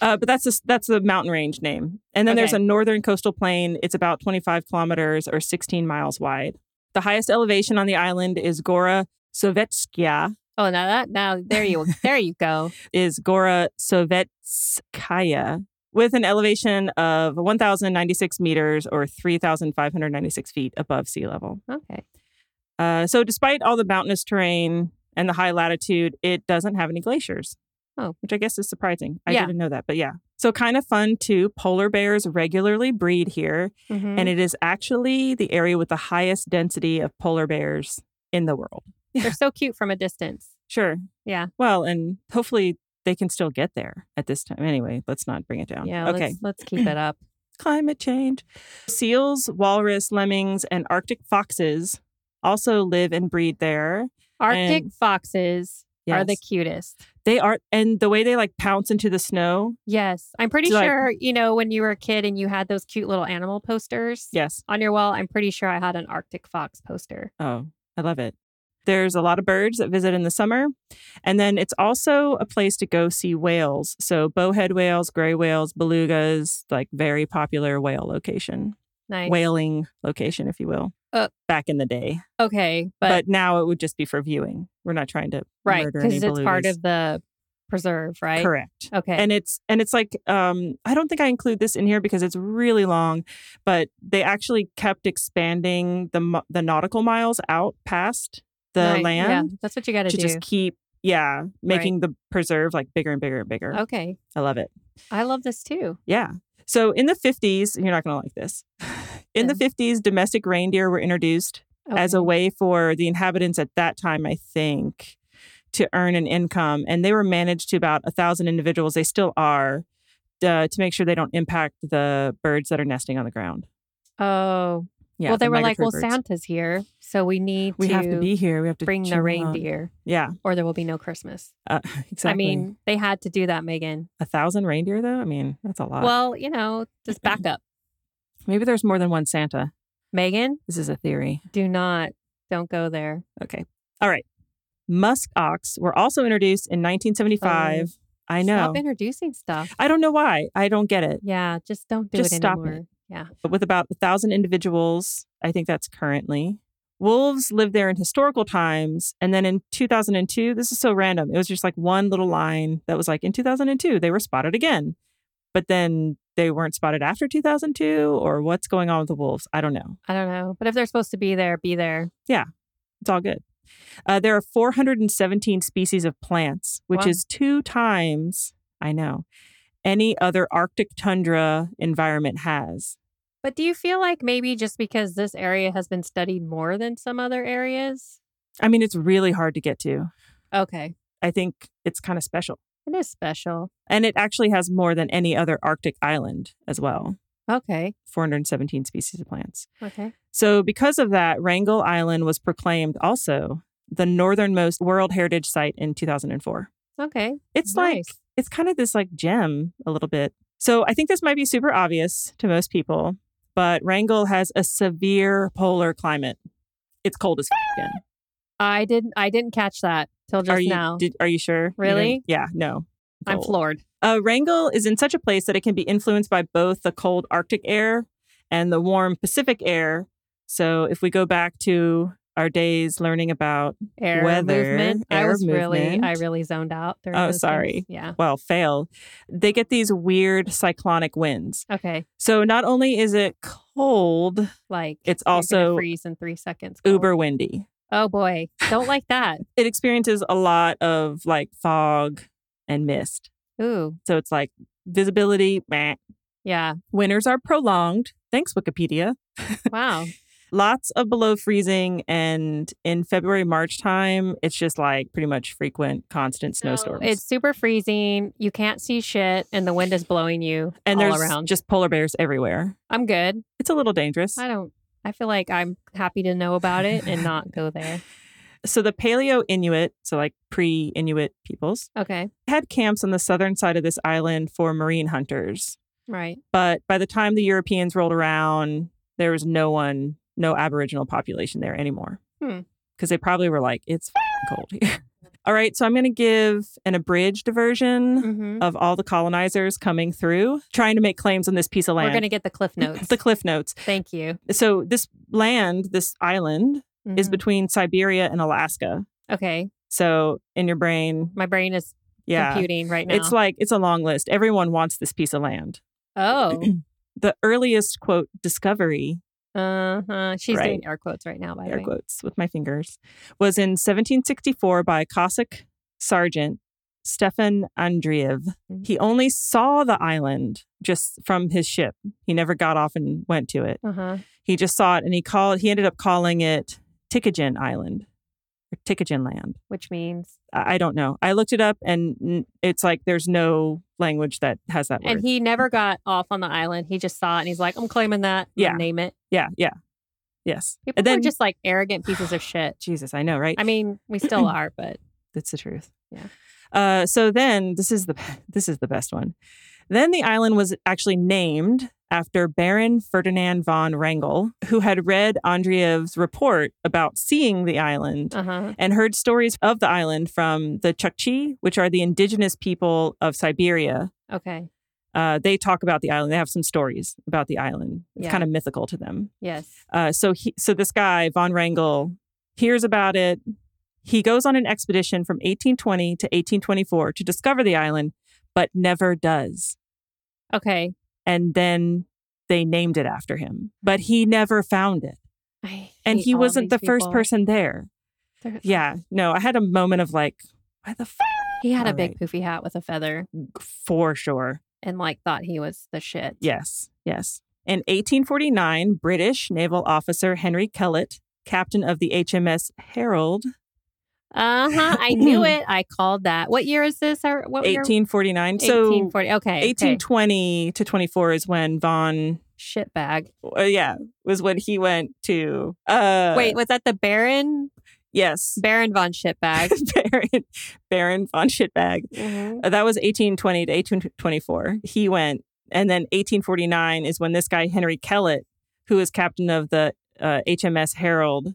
[SPEAKER 2] uh, but that's the that's the mountain range name and then there's a
[SPEAKER 1] Okay.
[SPEAKER 2] northern coastal plain it's about 25 kilometers or 16 miles wide the highest elevation on the island is gora sovetskaya
[SPEAKER 1] Oh, now that now there [laughs] you there you go.
[SPEAKER 2] is gora sovetskaya with an elevation of 1096 meters or 3596 feet above sea level
[SPEAKER 1] Okay.
[SPEAKER 2] uh, so despite all the mountainous terrain and the high latitude it doesn't have any glaciers
[SPEAKER 1] Oh.
[SPEAKER 2] which I guess is surprising. I
[SPEAKER 1] Yeah.
[SPEAKER 2] didn't know that, but yeah. So kind of fun too. Polar bears regularly breed here,
[SPEAKER 1] Mhm.
[SPEAKER 2] and it is actually the area with the highest density of polar bears in the world.
[SPEAKER 1] They're so cute from a distance.
[SPEAKER 2] Sure.
[SPEAKER 1] Yeah.
[SPEAKER 2] Well, and hopefully they can still get there at this time. Anyway, let's not bring it down.
[SPEAKER 1] Yeah,
[SPEAKER 2] Okay.
[SPEAKER 1] let's, let's keep it
[SPEAKER 2] [clears throat]
[SPEAKER 1] up.
[SPEAKER 2] Climate change. Seals, walrus, lemmings, and Arctic foxes also live and breed there.
[SPEAKER 1] Arctic
[SPEAKER 2] And-
[SPEAKER 1] foxes are the
[SPEAKER 2] Yes.
[SPEAKER 1] cutest.
[SPEAKER 2] They are, and the way they like pounce into the snow.
[SPEAKER 1] Yes. I'm pretty
[SPEAKER 2] Do I-
[SPEAKER 1] sure, you know, when you were a kid and you had those cute little animal posters
[SPEAKER 2] Yes.
[SPEAKER 1] on your wall, I'm pretty sure I had an Arctic fox poster.
[SPEAKER 2] Oh, I love it. There's a lot of birds that visit in the summer. And then it's also a place to go see whales. So, bowhead whales, gray whales, belugas, like very popular whale location,
[SPEAKER 1] Nice.
[SPEAKER 2] whaling location, if you will,
[SPEAKER 1] Uh,
[SPEAKER 2] back in the day.
[SPEAKER 1] Okay.
[SPEAKER 2] But,
[SPEAKER 1] But,
[SPEAKER 2] now it would just be for viewing. We're not trying to
[SPEAKER 1] right.
[SPEAKER 2] murder
[SPEAKER 1] Because
[SPEAKER 2] any
[SPEAKER 1] it's part
[SPEAKER 2] belugas.
[SPEAKER 1] of the preserve, right?
[SPEAKER 2] correct.
[SPEAKER 1] Okay.
[SPEAKER 2] and it's and it's like um i don't think i include this in here because it's really long but they actually kept expanding the mi- the nautical miles out past the
[SPEAKER 1] Nice.
[SPEAKER 2] land
[SPEAKER 1] Yeah. That's what you got
[SPEAKER 2] to
[SPEAKER 1] to do.
[SPEAKER 2] just keep yeah making the preserve like bigger and bigger and bigger
[SPEAKER 1] Okay.
[SPEAKER 2] i love it
[SPEAKER 1] I love this too.
[SPEAKER 2] yeah so in the 50s you're not going to like this [laughs] in the 50s domestic reindeer were introduced as a
[SPEAKER 1] Okay.
[SPEAKER 2] way for the inhabitants at that time i think to earn an income and they were managed to about a thousand individuals they still are uh, to make sure they don't impact the birds that are nesting on the ground
[SPEAKER 1] Oh.
[SPEAKER 2] yeah
[SPEAKER 1] well,
[SPEAKER 2] the
[SPEAKER 1] they were like,
[SPEAKER 2] migratory
[SPEAKER 1] well,
[SPEAKER 2] birds.
[SPEAKER 1] Santa's here. So we need
[SPEAKER 2] we
[SPEAKER 1] to,
[SPEAKER 2] have to be here we have to
[SPEAKER 1] bring the
[SPEAKER 2] cheer them on."
[SPEAKER 1] reindeer
[SPEAKER 2] yeah
[SPEAKER 1] or there will be no Christmas.
[SPEAKER 2] uh, exactly
[SPEAKER 1] I mean, they had to do that, Megan.
[SPEAKER 2] a thousand reindeer though i mean that's a lot
[SPEAKER 1] Well, you know, just
[SPEAKER 2] [laughs]
[SPEAKER 1] back up.
[SPEAKER 2] maybe there's more than one santa
[SPEAKER 1] Megan,
[SPEAKER 2] this is a theory
[SPEAKER 1] do not, don't go there.
[SPEAKER 2] okay all right musk ox were also introduced in 1975 i know
[SPEAKER 1] Oh. Stop introducing stuff.
[SPEAKER 2] i don't know why i don't get it
[SPEAKER 1] Yeah, just don't do
[SPEAKER 2] Just
[SPEAKER 1] it
[SPEAKER 2] stop
[SPEAKER 1] anymore.
[SPEAKER 2] it.
[SPEAKER 1] Yeah.
[SPEAKER 2] but with about a thousand individuals. I think that's currently. Wolves lived there in historical times. And then in 2002, this is so random. It was just like one little line that was like, in 2002, they were spotted again. But then they weren't spotted after 2002, or what's going on with the wolves? I don't know.
[SPEAKER 1] I don't know. But if they're supposed to be there, be there.
[SPEAKER 2] It's all good. Uh, there are 417 species of plants, which
[SPEAKER 1] Wow.
[SPEAKER 2] is two times, I know, any other Arctic tundra environment has.
[SPEAKER 1] But do you feel like maybe just because this area has been studied more than some other areas?
[SPEAKER 2] I mean, it's really hard to get to.
[SPEAKER 1] Okay.
[SPEAKER 2] I think it's kind of special.
[SPEAKER 1] It is special.
[SPEAKER 2] And it actually has more than any other Arctic island as well
[SPEAKER 1] Okay.
[SPEAKER 2] 417 species of plants.
[SPEAKER 1] Okay.
[SPEAKER 2] So, because of that, Wrangell Island was proclaimed also the northernmost World Heritage Site in 2004.
[SPEAKER 1] Okay.
[SPEAKER 2] It's like,
[SPEAKER 1] nice.
[SPEAKER 2] it's kind of this like gem a little bit. So, I think this might be super obvious to most people, but Wrangell has a severe polar climate. It's cold as f- again.
[SPEAKER 1] I didn't I didn't catch that till just
[SPEAKER 2] Are you,
[SPEAKER 1] now.
[SPEAKER 2] did- are you sure? You
[SPEAKER 1] Really?
[SPEAKER 2] didn't- yeah, no. It's
[SPEAKER 1] I'm
[SPEAKER 2] old.
[SPEAKER 1] floored.
[SPEAKER 2] Uh, Wrangell is in such a place that it can be influenced by both the cold Arctic air and the warm Pacific air. So, if we go back to our days learning about,
[SPEAKER 1] Air
[SPEAKER 2] Weather,
[SPEAKER 1] movement. I
[SPEAKER 2] air
[SPEAKER 1] was really I
[SPEAKER 2] movement.
[SPEAKER 1] really zoned out during
[SPEAKER 2] Oh,
[SPEAKER 1] those things.
[SPEAKER 2] sorry.
[SPEAKER 1] Yeah.
[SPEAKER 2] well, fail, they get these weird cyclonic winds.
[SPEAKER 1] Okay.
[SPEAKER 2] So, not only is it cold,
[SPEAKER 1] Like
[SPEAKER 2] It's
[SPEAKER 1] you're gonna
[SPEAKER 2] also
[SPEAKER 1] freeze in three seconds. cold.
[SPEAKER 2] uber windy.
[SPEAKER 1] Oh boy. Don't like that.
[SPEAKER 2] It experiences a lot of like fog and mist.
[SPEAKER 1] Ooh.
[SPEAKER 2] So, it's like visibility, meh.
[SPEAKER 1] Yeah.
[SPEAKER 2] Winters are prolonged. Thanks, Wikipedia.
[SPEAKER 1] Wow.
[SPEAKER 2] lots of below freezing and in february march time it's just like pretty much frequent constant snowstorms
[SPEAKER 1] It's super freezing. You can't see shit, and the wind is blowing you
[SPEAKER 2] and
[SPEAKER 1] all
[SPEAKER 2] there's
[SPEAKER 1] around.
[SPEAKER 2] just polar bears everywhere
[SPEAKER 1] I'm good.
[SPEAKER 2] it's a little dangerous
[SPEAKER 1] I don't. I feel like I'm happy to know about it
[SPEAKER 2] [laughs]
[SPEAKER 1] and not go there.
[SPEAKER 2] so the paleo inuit so like pre-inuit peoples
[SPEAKER 1] Okay.
[SPEAKER 2] had camps on the southern side of this island for marine hunters
[SPEAKER 1] Right.
[SPEAKER 2] but by the time the europeans rolled around there was no one no aboriginal population there anymore
[SPEAKER 1] Hmm.
[SPEAKER 2] because they probably were like it's f***ing cold here [laughs] all right so i'm going to give an abridged version [sighs]
[SPEAKER 1] hmm
[SPEAKER 2] of all the colonizers coming through trying to make claims on this piece of land.
[SPEAKER 1] We're gonna get the cliff [laughs] notes.
[SPEAKER 2] [laughs] the cliff notes.
[SPEAKER 1] Thank you.
[SPEAKER 2] So this land, this island is
[SPEAKER 1] Mhm.
[SPEAKER 2] between Siberia and Alaska.
[SPEAKER 1] okay.
[SPEAKER 2] So in your brain,
[SPEAKER 1] My brain is
[SPEAKER 2] yeah.
[SPEAKER 1] computing right now.
[SPEAKER 2] It's like it's a long list. Everyone wants this piece of land. [clears throat]
[SPEAKER 1] oh.
[SPEAKER 2] The earliest quote discovery,
[SPEAKER 1] Uh huh. She's
[SPEAKER 2] Right.
[SPEAKER 1] doing air quotes right now. By the
[SPEAKER 2] air
[SPEAKER 1] way.
[SPEAKER 2] quotes with my fingers, was in 1764 by a Cossack sergeant Stefan Andreev.
[SPEAKER 1] Mm-hmm.
[SPEAKER 2] He only saw the island just from his ship. He never got off and went to it.
[SPEAKER 1] Uh-huh.
[SPEAKER 2] He just saw it and he called, he ended up calling it Tikagen Island or Tikagen Land.
[SPEAKER 1] Which means,
[SPEAKER 2] I I don't know. I looked it up and n- it's like there's no language that has that word.
[SPEAKER 1] and he never got off on the island. He just saw it and he's like, I'm claiming that. I'm gonna
[SPEAKER 2] Yeah.
[SPEAKER 1] Name it.
[SPEAKER 2] yeah, yeah. Yes.
[SPEAKER 1] People
[SPEAKER 2] and then
[SPEAKER 1] are just like arrogant pieces of shit.
[SPEAKER 2] Jesus, I know, right?
[SPEAKER 1] I mean, [sighs] we still are, but
[SPEAKER 2] That's the truth.
[SPEAKER 1] Yeah.
[SPEAKER 2] Uh, so then this is the this is the best one. Then the island was actually named after Baron Ferdinand von Wrangel, who had read Andreev's report about seeing the island
[SPEAKER 1] uh-huh.
[SPEAKER 2] and heard stories of the island from the Chukchi, which are the indigenous people of Siberia.
[SPEAKER 1] Okay.
[SPEAKER 2] Uh, they talk about the island. They have some stories about the island. It's
[SPEAKER 1] Yeah.
[SPEAKER 2] kind of mythical to them.
[SPEAKER 1] Yes.
[SPEAKER 2] Uh, so he, so this guy von Wrangel hears about it. He goes on an expedition from 1820 to 1824 to discover the island, but never does.
[SPEAKER 1] Okay.
[SPEAKER 2] And then they named it after him, but he never found it.
[SPEAKER 1] I
[SPEAKER 2] And
[SPEAKER 1] hate
[SPEAKER 2] he
[SPEAKER 1] all of
[SPEAKER 2] wasn't the
[SPEAKER 1] these
[SPEAKER 2] first
[SPEAKER 1] people.
[SPEAKER 2] person there.
[SPEAKER 1] They're-
[SPEAKER 2] Yeah, no, I had a moment of like, why the f-
[SPEAKER 1] He had a
[SPEAKER 2] All
[SPEAKER 1] big poofy hat with a feather
[SPEAKER 2] for sure.
[SPEAKER 1] and like thought he was the shit.
[SPEAKER 2] Yes, yes. In 1849, British naval officer Henry Kellett, captain of the HMS Herald,
[SPEAKER 1] Uh huh. I [clears throat] knew it. I called that. What year is this? Or what year?
[SPEAKER 2] 1849. So
[SPEAKER 1] 1840. Okay.
[SPEAKER 2] 1820 to 24 is when Von,
[SPEAKER 1] Shit bag.
[SPEAKER 2] uh, yeah, was when he went to. Uh,
[SPEAKER 1] Wait, was that the Baron?
[SPEAKER 2] yes, [laughs]
[SPEAKER 1] Baron von [laughs] Shitbag.
[SPEAKER 2] Baron Baron von Shitbag.
[SPEAKER 1] Mhm.
[SPEAKER 2] Uh, That was 1820 to 1824. He went, and then 1849 is when this guy Henry Kellett, who is captain of the uh, HMS Herald,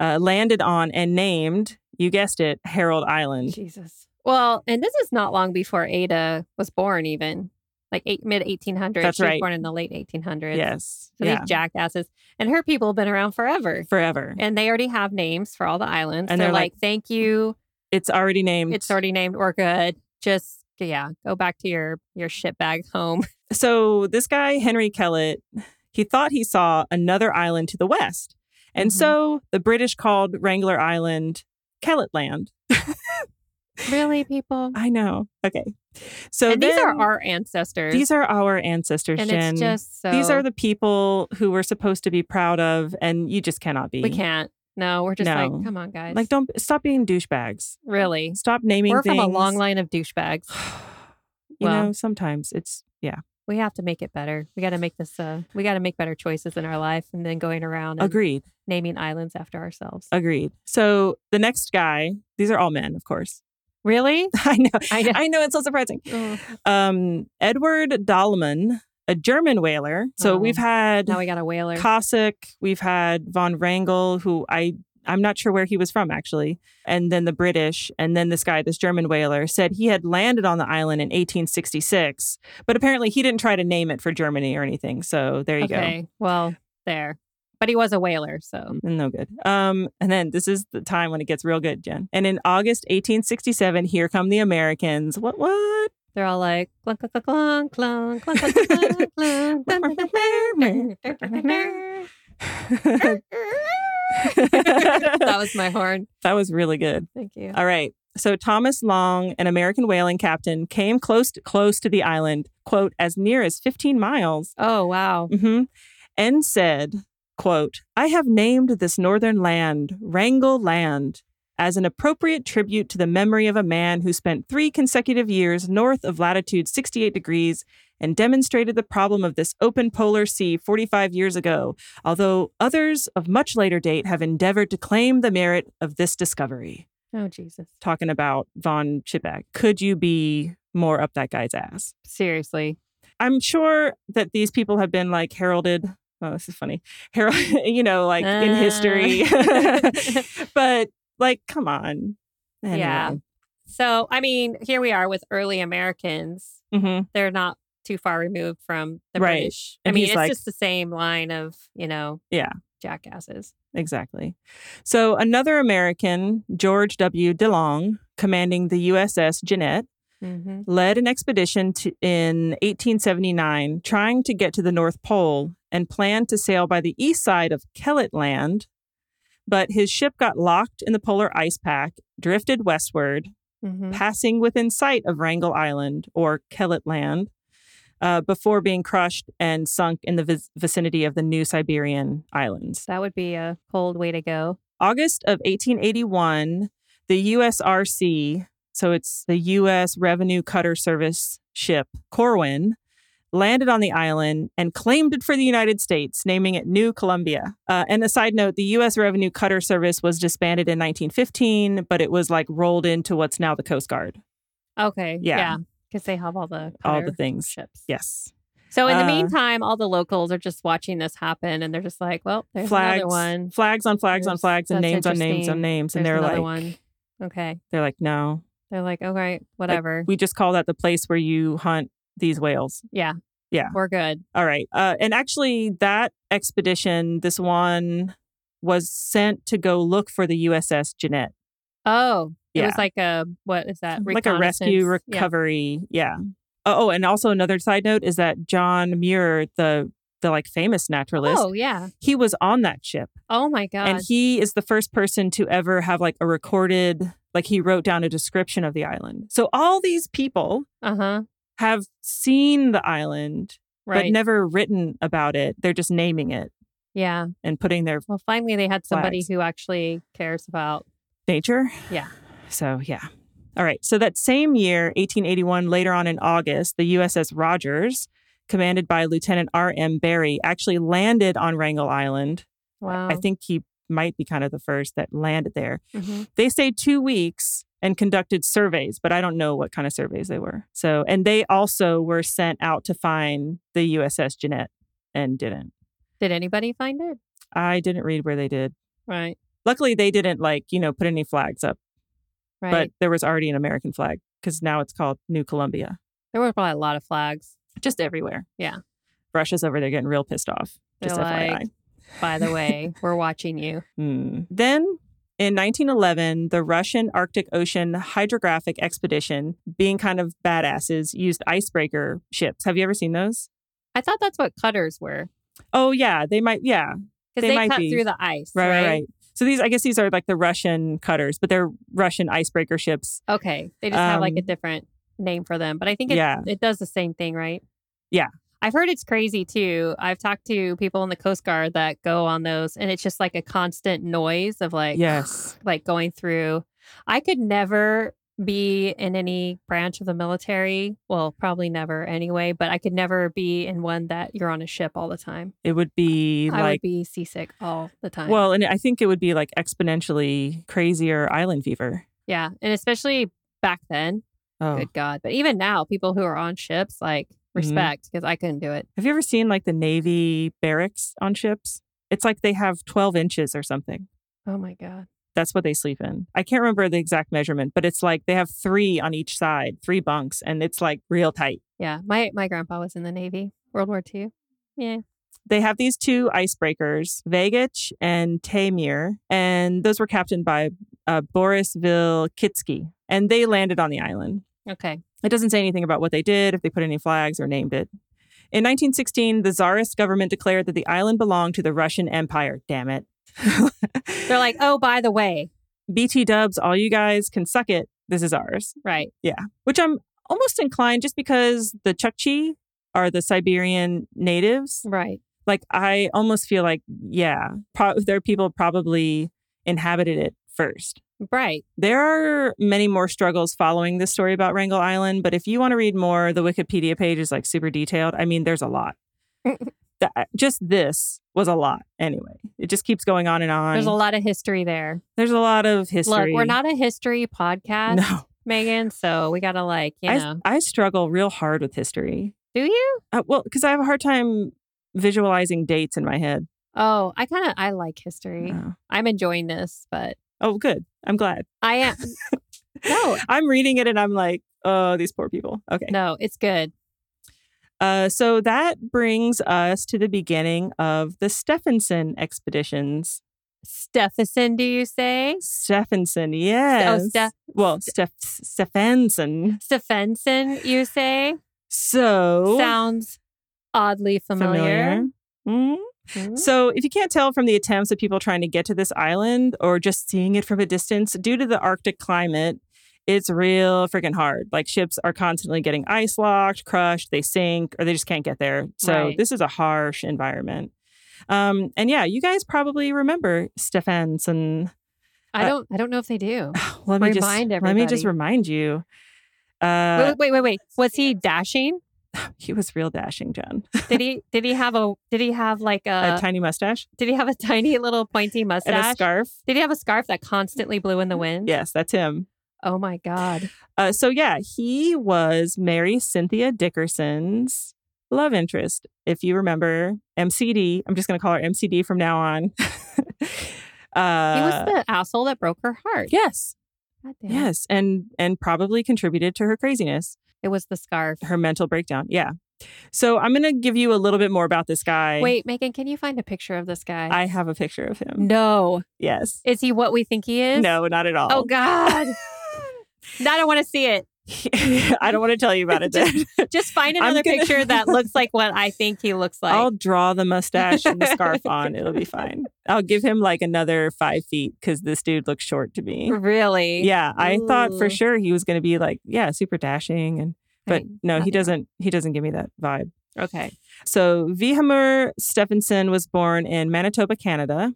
[SPEAKER 2] uh, landed on and named, you guessed it, Herald Island.
[SPEAKER 1] Jesus. Well, and this is not long before Ada was born, even like eight, mid 1800s.
[SPEAKER 2] That's
[SPEAKER 1] she was
[SPEAKER 2] right.
[SPEAKER 1] born in the late 1800s.
[SPEAKER 2] Yes,
[SPEAKER 1] So
[SPEAKER 2] yeah,
[SPEAKER 1] these jackasses. And her people have been around forever.
[SPEAKER 2] forever.
[SPEAKER 1] And they already have names for all the islands.
[SPEAKER 2] And
[SPEAKER 1] they're,
[SPEAKER 2] they're
[SPEAKER 1] like,
[SPEAKER 2] like-
[SPEAKER 1] thank you.
[SPEAKER 2] It's already named.
[SPEAKER 1] It's already named. We're good. Just, yeah, go back to your, your shitbag home.
[SPEAKER 2] so this guy Henry Kellett, he thought he saw another island to the west, and
[SPEAKER 1] Mhm.
[SPEAKER 2] so the British called Wrangler Island Kellett Land.
[SPEAKER 1] [laughs] really, people?
[SPEAKER 2] I know. Okay, so
[SPEAKER 1] Uh, and these are
[SPEAKER 2] then-
[SPEAKER 1] our ancestors.
[SPEAKER 2] These are our ancestors,
[SPEAKER 1] and
[SPEAKER 2] Jen.
[SPEAKER 1] it's just so
[SPEAKER 2] These are the people who we're supposed to be proud of, and you just cannot be.
[SPEAKER 1] we can't. No, we're just
[SPEAKER 2] No.
[SPEAKER 1] like, come on, guys.
[SPEAKER 2] Like, don't stop being douchebags.
[SPEAKER 1] really.
[SPEAKER 2] Stop naming
[SPEAKER 1] We're
[SPEAKER 2] things.
[SPEAKER 1] from a long line of douchebags.
[SPEAKER 2] [sighs] You
[SPEAKER 1] Well.
[SPEAKER 2] know, sometimes it's yeah.
[SPEAKER 1] We have to make it better. We got to make this. Uh, we got to make better choices in our life, and then going around and
[SPEAKER 2] Agreed.
[SPEAKER 1] naming islands after ourselves.
[SPEAKER 2] Agreed. So the next guy. These are all men, of course. [laughs]
[SPEAKER 1] really?
[SPEAKER 2] I know.
[SPEAKER 1] I know.
[SPEAKER 2] I know. It's so surprising.
[SPEAKER 1] Ugh.
[SPEAKER 2] Um, Edward Dahlman, a German whaler. So
[SPEAKER 1] Oh.
[SPEAKER 2] we've had
[SPEAKER 1] now we got a whaler.
[SPEAKER 2] Cossack. We've had von Wrangel, who I I'm not sure where he was from actually, and then the British, and then this guy, this German whaler, said he had landed on the island in 1866, but apparently he didn't try to name it for Germany or anything. So there you
[SPEAKER 1] okay. Well, there. But he was a whaler, so
[SPEAKER 2] go. No good. Um, and then this is the time when it gets real good, Jen. And in August 1867, here come the Americans. What what? [laughs]
[SPEAKER 1] they're all like clunk clunk clunk clunk clunk clunk clunk clunk. dun, dun, dun, dun, dun, dun, dun, dun, dun." That
[SPEAKER 2] that
[SPEAKER 1] was my horn.
[SPEAKER 2] was really good.
[SPEAKER 1] Thank you.
[SPEAKER 2] All right. So Thomas Long, an American whaling captain, came close to, close to the island, quote, as near as 15 miles,
[SPEAKER 1] Oh wow.
[SPEAKER 2] hmm and said, quote, I have named this northern land Wrangel Land as an appropriate tribute to the memory of a man who spent three consecutive years north of latitude 68 degrees and demonstrated the problem of this open polar sea 45 years ago, although others of much later date have endeavored to claim the merit of this discovery
[SPEAKER 1] Oh Jesus.
[SPEAKER 2] talking about Von Chitback. Could you be more up that guy's ass?
[SPEAKER 1] Seriously.
[SPEAKER 2] I'm sure that these people have been like heralded. Oh, this is funny. Herald, [laughs] you know, like in history. [laughs]
[SPEAKER 1] Uh.
[SPEAKER 2] but like, come on.
[SPEAKER 1] Yeah. So I mean, here we are with early Americans.
[SPEAKER 2] hmm
[SPEAKER 1] They're not too far removed from the
[SPEAKER 2] Right.
[SPEAKER 1] British. I
[SPEAKER 2] And
[SPEAKER 1] mean,
[SPEAKER 2] he's
[SPEAKER 1] it's
[SPEAKER 2] like-
[SPEAKER 1] just the same line of, you know,
[SPEAKER 2] Yeah.
[SPEAKER 1] jackasses.
[SPEAKER 2] Exactly. So another American, George W. DeLong, commanding the USS Jeannette,
[SPEAKER 1] Mm-hmm.
[SPEAKER 2] led an expedition to, in 1879 trying to get to the North Pole and planned to sail by the east side of Kellett Land. But his ship got locked in the polar ice pack, drifted westward,
[SPEAKER 1] Mhm.
[SPEAKER 2] passing within sight of Wrangell Island or Kellet Land uh, before being crushed and sunk in the vic- vicinity of the New Siberian Islands.
[SPEAKER 1] That would be a cold way to go.
[SPEAKER 2] August of 1881, the USRC, so it's the U.S. Revenue Cutter Service ship Corwin, landed on the island and claimed it for the United States, naming it New Columbia. Uh, and a side note, the U.S. Revenue Cutter Service was disbanded in 1915, but it was like rolled into what's now the Coast Guard.
[SPEAKER 1] Okay.
[SPEAKER 2] Yeah.
[SPEAKER 1] Because they have all the
[SPEAKER 2] all
[SPEAKER 1] cutter
[SPEAKER 2] the things.
[SPEAKER 1] ships.
[SPEAKER 2] Yes.
[SPEAKER 1] So in the
[SPEAKER 2] Uh,
[SPEAKER 1] meantime, all the locals are just watching this happen, and they're just like, "Well, there's
[SPEAKER 2] flags,
[SPEAKER 1] another one.
[SPEAKER 2] flags on flags on
[SPEAKER 1] There's-
[SPEAKER 2] flags and
[SPEAKER 1] that's
[SPEAKER 2] names on names on
[SPEAKER 1] interesting.
[SPEAKER 2] names.
[SPEAKER 1] There's
[SPEAKER 2] And they're
[SPEAKER 1] another
[SPEAKER 2] like,
[SPEAKER 1] one." Okay.
[SPEAKER 2] they're like, no,
[SPEAKER 1] They're like, "Okay, whatever.
[SPEAKER 2] we just call that the place where you hunt these whales.
[SPEAKER 1] yeah.
[SPEAKER 2] yeah.
[SPEAKER 1] We're good.
[SPEAKER 2] All right. Uh, and actually, that expedition, this one was sent to go look for the USS Jeanette,
[SPEAKER 1] Oh, it
[SPEAKER 2] Yeah.
[SPEAKER 1] was like a what is that?
[SPEAKER 2] like a rescue
[SPEAKER 1] Reconnaissance? Yeah. Mm-hmm.
[SPEAKER 2] recovery. Yeah. Oh, oh, and also another side note is that John Muir, the the like famous naturalist,
[SPEAKER 1] Oh yeah.
[SPEAKER 2] he was on that ship.
[SPEAKER 1] Oh my god.
[SPEAKER 2] and he is the first person to ever have like a recorded like he wrote down a description of the island so all these people
[SPEAKER 1] uh huh.
[SPEAKER 2] have seen the island
[SPEAKER 1] Right.
[SPEAKER 2] but never written about it they're just naming it
[SPEAKER 1] yeah.
[SPEAKER 2] and putting their
[SPEAKER 1] Well, finally they had somebody
[SPEAKER 2] Flags.
[SPEAKER 1] who actually cares about.
[SPEAKER 2] nature
[SPEAKER 1] Yeah.
[SPEAKER 2] so yeah all right so that same year 1881 later on in august the uss rogers commanded by lieutenant r.m barry actually landed on wrangell island
[SPEAKER 1] Wow.
[SPEAKER 2] i think he might be kind of the first that landed there
[SPEAKER 1] Mhm.
[SPEAKER 2] They stayed two weeks and conducted surveys, but I don't know what kind of surveys they were. So, and they also were sent out to find the USS Jeanette and didn't.
[SPEAKER 1] Did anybody find it?
[SPEAKER 2] I didn't read where they did.
[SPEAKER 1] Right.
[SPEAKER 2] Luckily, they didn't like, you know, put any flags up,
[SPEAKER 1] Right.
[SPEAKER 2] but there was already an American flag because now it's called New Columbia,
[SPEAKER 1] there were probably a lot of flags.
[SPEAKER 2] just everywhere.
[SPEAKER 1] Yeah.
[SPEAKER 2] Russia's over there getting real pissed off. Just
[SPEAKER 1] They're
[SPEAKER 2] FYI.
[SPEAKER 1] like, By the way, we're watching you.
[SPEAKER 2] Hmm. Then in 1911, the Russian Arctic Ocean hydrographic expedition, being kind of badasses, used icebreaker ships. Have you ever seen those?
[SPEAKER 1] I thought that's what cutters were
[SPEAKER 2] Oh, yeah. They might, yeah.
[SPEAKER 1] because
[SPEAKER 2] They
[SPEAKER 1] they,
[SPEAKER 2] might
[SPEAKER 1] cut
[SPEAKER 2] be.
[SPEAKER 1] through the ice.
[SPEAKER 2] Right,
[SPEAKER 1] Right,
[SPEAKER 2] right, right. So these, I guess these are like the Russian cutters, but they're Russian icebreaker ships.
[SPEAKER 1] Okay, they just have like a
[SPEAKER 2] Um,
[SPEAKER 1] different name for them, but I think it,
[SPEAKER 2] yeah.
[SPEAKER 1] it does the same thing, right?
[SPEAKER 2] Yeah.
[SPEAKER 1] I've heard it's crazy too. I've talked to people in the Coast Guard that go on those, and it's just like a constant noise of like,
[SPEAKER 2] Yes.
[SPEAKER 1] like going through. I could never be in any branch of the military. Well, probably never anyway, but I could never be in one that you're on a ship all the time.
[SPEAKER 2] It would be
[SPEAKER 1] I
[SPEAKER 2] like,
[SPEAKER 1] would be seasick all the time.
[SPEAKER 2] well, and I think it would be like exponentially crazier island fever.
[SPEAKER 1] Yeah. And especially back then.
[SPEAKER 2] Oh. Mm-hmm.
[SPEAKER 1] Good God. But even now, people who are on ships, like respect, because I couldn't do it.
[SPEAKER 2] Have you ever seen like the Navy barracks on ships? It's like they have 12 inches or something.
[SPEAKER 1] Oh my God.
[SPEAKER 2] That's what they sleep in. I can't remember the exact measurement, but it's like they have three on each side, three bunks, and it's like real tight.
[SPEAKER 1] Yeah. My my grandpa was in the Navy, World War II. Yeah.
[SPEAKER 2] They have these two icebreakers, Vagich and Tamir, and those were captained by uh, Boris Vilkitsky, and they landed on the island.
[SPEAKER 1] Okay.
[SPEAKER 2] It doesn't say anything about what they did, if they put any flags or named it. In 1916, the Tsarist government declared that the island belonged to the Russian Empire. Damn it. [laughs]
[SPEAKER 1] They're like, oh, by the way.
[SPEAKER 2] BT dubs, all you guys can suck it. This is ours.
[SPEAKER 1] Right.
[SPEAKER 2] which I'm almost inclined just because the Chukchi are the Siberian natives.
[SPEAKER 1] Right.
[SPEAKER 2] Like I almost feel like, yeah, pro- their people probably inhabited it first.
[SPEAKER 1] Right.
[SPEAKER 2] There are many more struggles following this story about Wrangell Island, but if you want to read more, the Wikipedia page is like super detailed. I mean, there's a
[SPEAKER 1] [laughs]
[SPEAKER 2] lot. That- just this was a lot anyway. It just keeps going on and on.
[SPEAKER 1] There's a lot of history there.
[SPEAKER 2] There's a lot of history.
[SPEAKER 1] Look, we're not a history podcast,
[SPEAKER 2] [laughs] No,
[SPEAKER 1] Megan. So we got to, like, you
[SPEAKER 2] I,
[SPEAKER 1] know,
[SPEAKER 2] I struggle real hard with history.
[SPEAKER 1] do you?
[SPEAKER 2] Uh, well, because I have a hard time visualizing dates in my head.
[SPEAKER 1] Oh, I kind of, I like history.
[SPEAKER 2] Oh.
[SPEAKER 1] I'm enjoying this, but
[SPEAKER 2] Oh, good. I'm glad.
[SPEAKER 1] I [laughs] am, No.
[SPEAKER 2] I'm reading it and I'm like, oh, these poor people. Okay.
[SPEAKER 1] no, it's good.
[SPEAKER 2] Uh, so that brings us to the beginning of the Stephenson expeditions.
[SPEAKER 1] Stephenson, do you say?
[SPEAKER 2] Stephenson, yes.
[SPEAKER 1] Steph-
[SPEAKER 2] well, Steph- Stephenson.
[SPEAKER 1] Stephenson, you say?
[SPEAKER 2] So
[SPEAKER 1] Sounds oddly familiar.
[SPEAKER 2] Mhm.
[SPEAKER 1] Mhm.
[SPEAKER 2] So, if you can't tell from the attempts of people trying to get to this island or just seeing it from a distance, due to the Arctic climate, it's real freaking hard. Like ships are constantly getting ice locked, crushed, they sink, or they just can't get there. So
[SPEAKER 1] Right.
[SPEAKER 2] this is a harsh environment. Um, and yeah, you guys probably remember Stefanson.
[SPEAKER 1] I
[SPEAKER 2] Uh,
[SPEAKER 1] don't. I don't know if they do.
[SPEAKER 2] Let me just
[SPEAKER 1] Remind
[SPEAKER 2] let me just
[SPEAKER 1] everybody.
[SPEAKER 2] remind you. Uh,
[SPEAKER 1] wait, wait, wait, wait. Was [laughs] he dashing?
[SPEAKER 2] he was real dashing, John.
[SPEAKER 1] Did he? Did he have a? Did he have like a?
[SPEAKER 2] a tiny mustache
[SPEAKER 1] did he have a tiny little pointy
[SPEAKER 2] and a
[SPEAKER 1] mustache?
[SPEAKER 2] scarf.
[SPEAKER 1] Did he have a scarf that constantly blew [laughs] in the wind?
[SPEAKER 2] Yes, that's him.
[SPEAKER 1] Oh my god.
[SPEAKER 2] Uh, so yeah, he was Mary Cynthia Dickerson's love interest. If you remember MCD, I'm just going to call her MCD from now on. [laughs]
[SPEAKER 1] he
[SPEAKER 2] uh,
[SPEAKER 1] was the asshole that broke her heart.
[SPEAKER 2] yes,
[SPEAKER 1] God damn it.
[SPEAKER 2] yes, and and probably contributed to her craziness,
[SPEAKER 1] It was the scarf.
[SPEAKER 2] her mental breakdown. Yeah. So I'm going to give you a little bit more about this guy.
[SPEAKER 1] Wait, Megan, can you find a picture of this guy?
[SPEAKER 2] I have a picture of him.
[SPEAKER 1] no.
[SPEAKER 2] Yes.
[SPEAKER 1] Is he what we think he is?
[SPEAKER 2] No, not at all.
[SPEAKER 1] Oh
[SPEAKER 2] [laughs]
[SPEAKER 1] God. [laughs] I don't want to see it.
[SPEAKER 2] I don't want to tell
[SPEAKER 1] [laughs]
[SPEAKER 2] you about it. Then.
[SPEAKER 1] Just find
[SPEAKER 2] I'm
[SPEAKER 1] another
[SPEAKER 2] gonna-
[SPEAKER 1] picture that looks like what I think he
[SPEAKER 2] [laughs]
[SPEAKER 1] looks like.
[SPEAKER 2] I'll draw the mustache and the
[SPEAKER 1] [laughs]
[SPEAKER 2] scarf on. It'll be fine. I'll give him like another five feet because this dude looks short to me.
[SPEAKER 1] really?
[SPEAKER 2] Yeah, I thought for
[SPEAKER 1] Ooh.
[SPEAKER 2] sure he was going to be like, yeah, super dashing, and but
[SPEAKER 1] Right.
[SPEAKER 2] no, he
[SPEAKER 1] Nothing.
[SPEAKER 2] doesn't. He doesn't give me that vibe.
[SPEAKER 1] Okay.
[SPEAKER 2] So Vihamur Stephenson was born in Manitoba, Canada,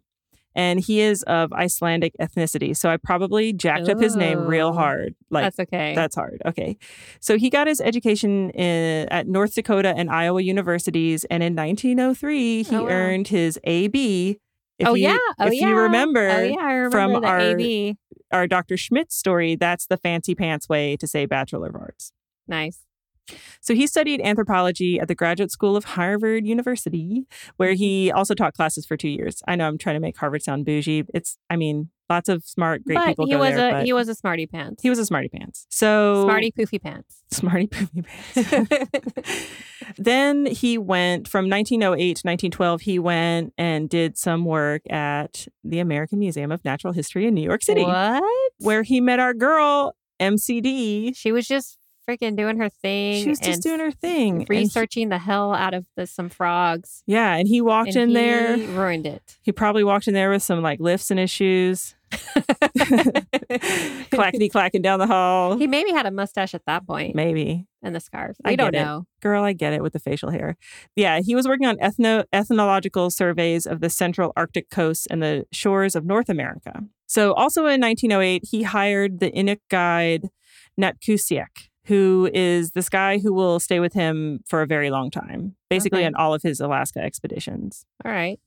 [SPEAKER 2] and he is of Icelandic ethnicity. So I probably jacked up his name real
[SPEAKER 1] Oh,
[SPEAKER 2] hard. Like
[SPEAKER 1] That's okay.
[SPEAKER 2] that's hard. Okay. So he got his education in, at North Dakota and Iowa universities. And in 1903, he
[SPEAKER 1] Oh, wow.
[SPEAKER 2] earned his AB. If
[SPEAKER 1] oh
[SPEAKER 2] you,
[SPEAKER 1] yeah. Oh
[SPEAKER 2] if
[SPEAKER 1] yeah.
[SPEAKER 2] you remember
[SPEAKER 1] oh, yeah, I remember
[SPEAKER 2] from
[SPEAKER 1] the
[SPEAKER 2] our-
[SPEAKER 1] AB.
[SPEAKER 2] our Dr. Schmidt story, that's the fancy pants way to say Bachelor of Arts.
[SPEAKER 1] Nice.
[SPEAKER 2] So he studied anthropology at the Graduate School of Harvard University, where
[SPEAKER 1] Mm-hmm.
[SPEAKER 2] he also taught classes for two years. I know I'm trying to make Harvard sound bougie. It's, I mean, lots of smart, great
[SPEAKER 1] but
[SPEAKER 2] people
[SPEAKER 1] he
[SPEAKER 2] go
[SPEAKER 1] was
[SPEAKER 2] there,
[SPEAKER 1] a
[SPEAKER 2] but
[SPEAKER 1] he was a smarty pants.
[SPEAKER 2] he was a smarty pants. So
[SPEAKER 1] smarty poofy pants.
[SPEAKER 2] smarty [laughs] poofy pants. then he went from 1908 to 1912 he went and did some work at the american museum of natural history in new york city
[SPEAKER 1] What?
[SPEAKER 2] where he met our girl mcd
[SPEAKER 1] She was just freaking doing her thing.
[SPEAKER 2] she was
[SPEAKER 1] and
[SPEAKER 2] just doing her thing And he-
[SPEAKER 1] researching the hell out of the, some frogs.
[SPEAKER 2] yeah and he walked
[SPEAKER 1] And
[SPEAKER 2] in
[SPEAKER 1] he
[SPEAKER 2] there
[SPEAKER 1] ruined
[SPEAKER 2] [laughs]
[SPEAKER 1] it. [laughs]
[SPEAKER 2] he probably walked in there with some like lifts in his shoes clackety clacking down the hall
[SPEAKER 1] He maybe had a mustache at that point
[SPEAKER 2] maybe
[SPEAKER 1] and the scarf.
[SPEAKER 2] I
[SPEAKER 1] We don't
[SPEAKER 2] get it.
[SPEAKER 1] know.
[SPEAKER 2] Girl, I get it with the facial hair. Yeah, he was working on ethno ethnological surveys of the central Arctic coasts and the shores of North America. So, also in 1908, he hired the Inuk guide Natkusiak, who is this guy who will stay with him for a very long time, basically
[SPEAKER 1] Okay.
[SPEAKER 2] on all of his Alaska expeditions.
[SPEAKER 1] All right.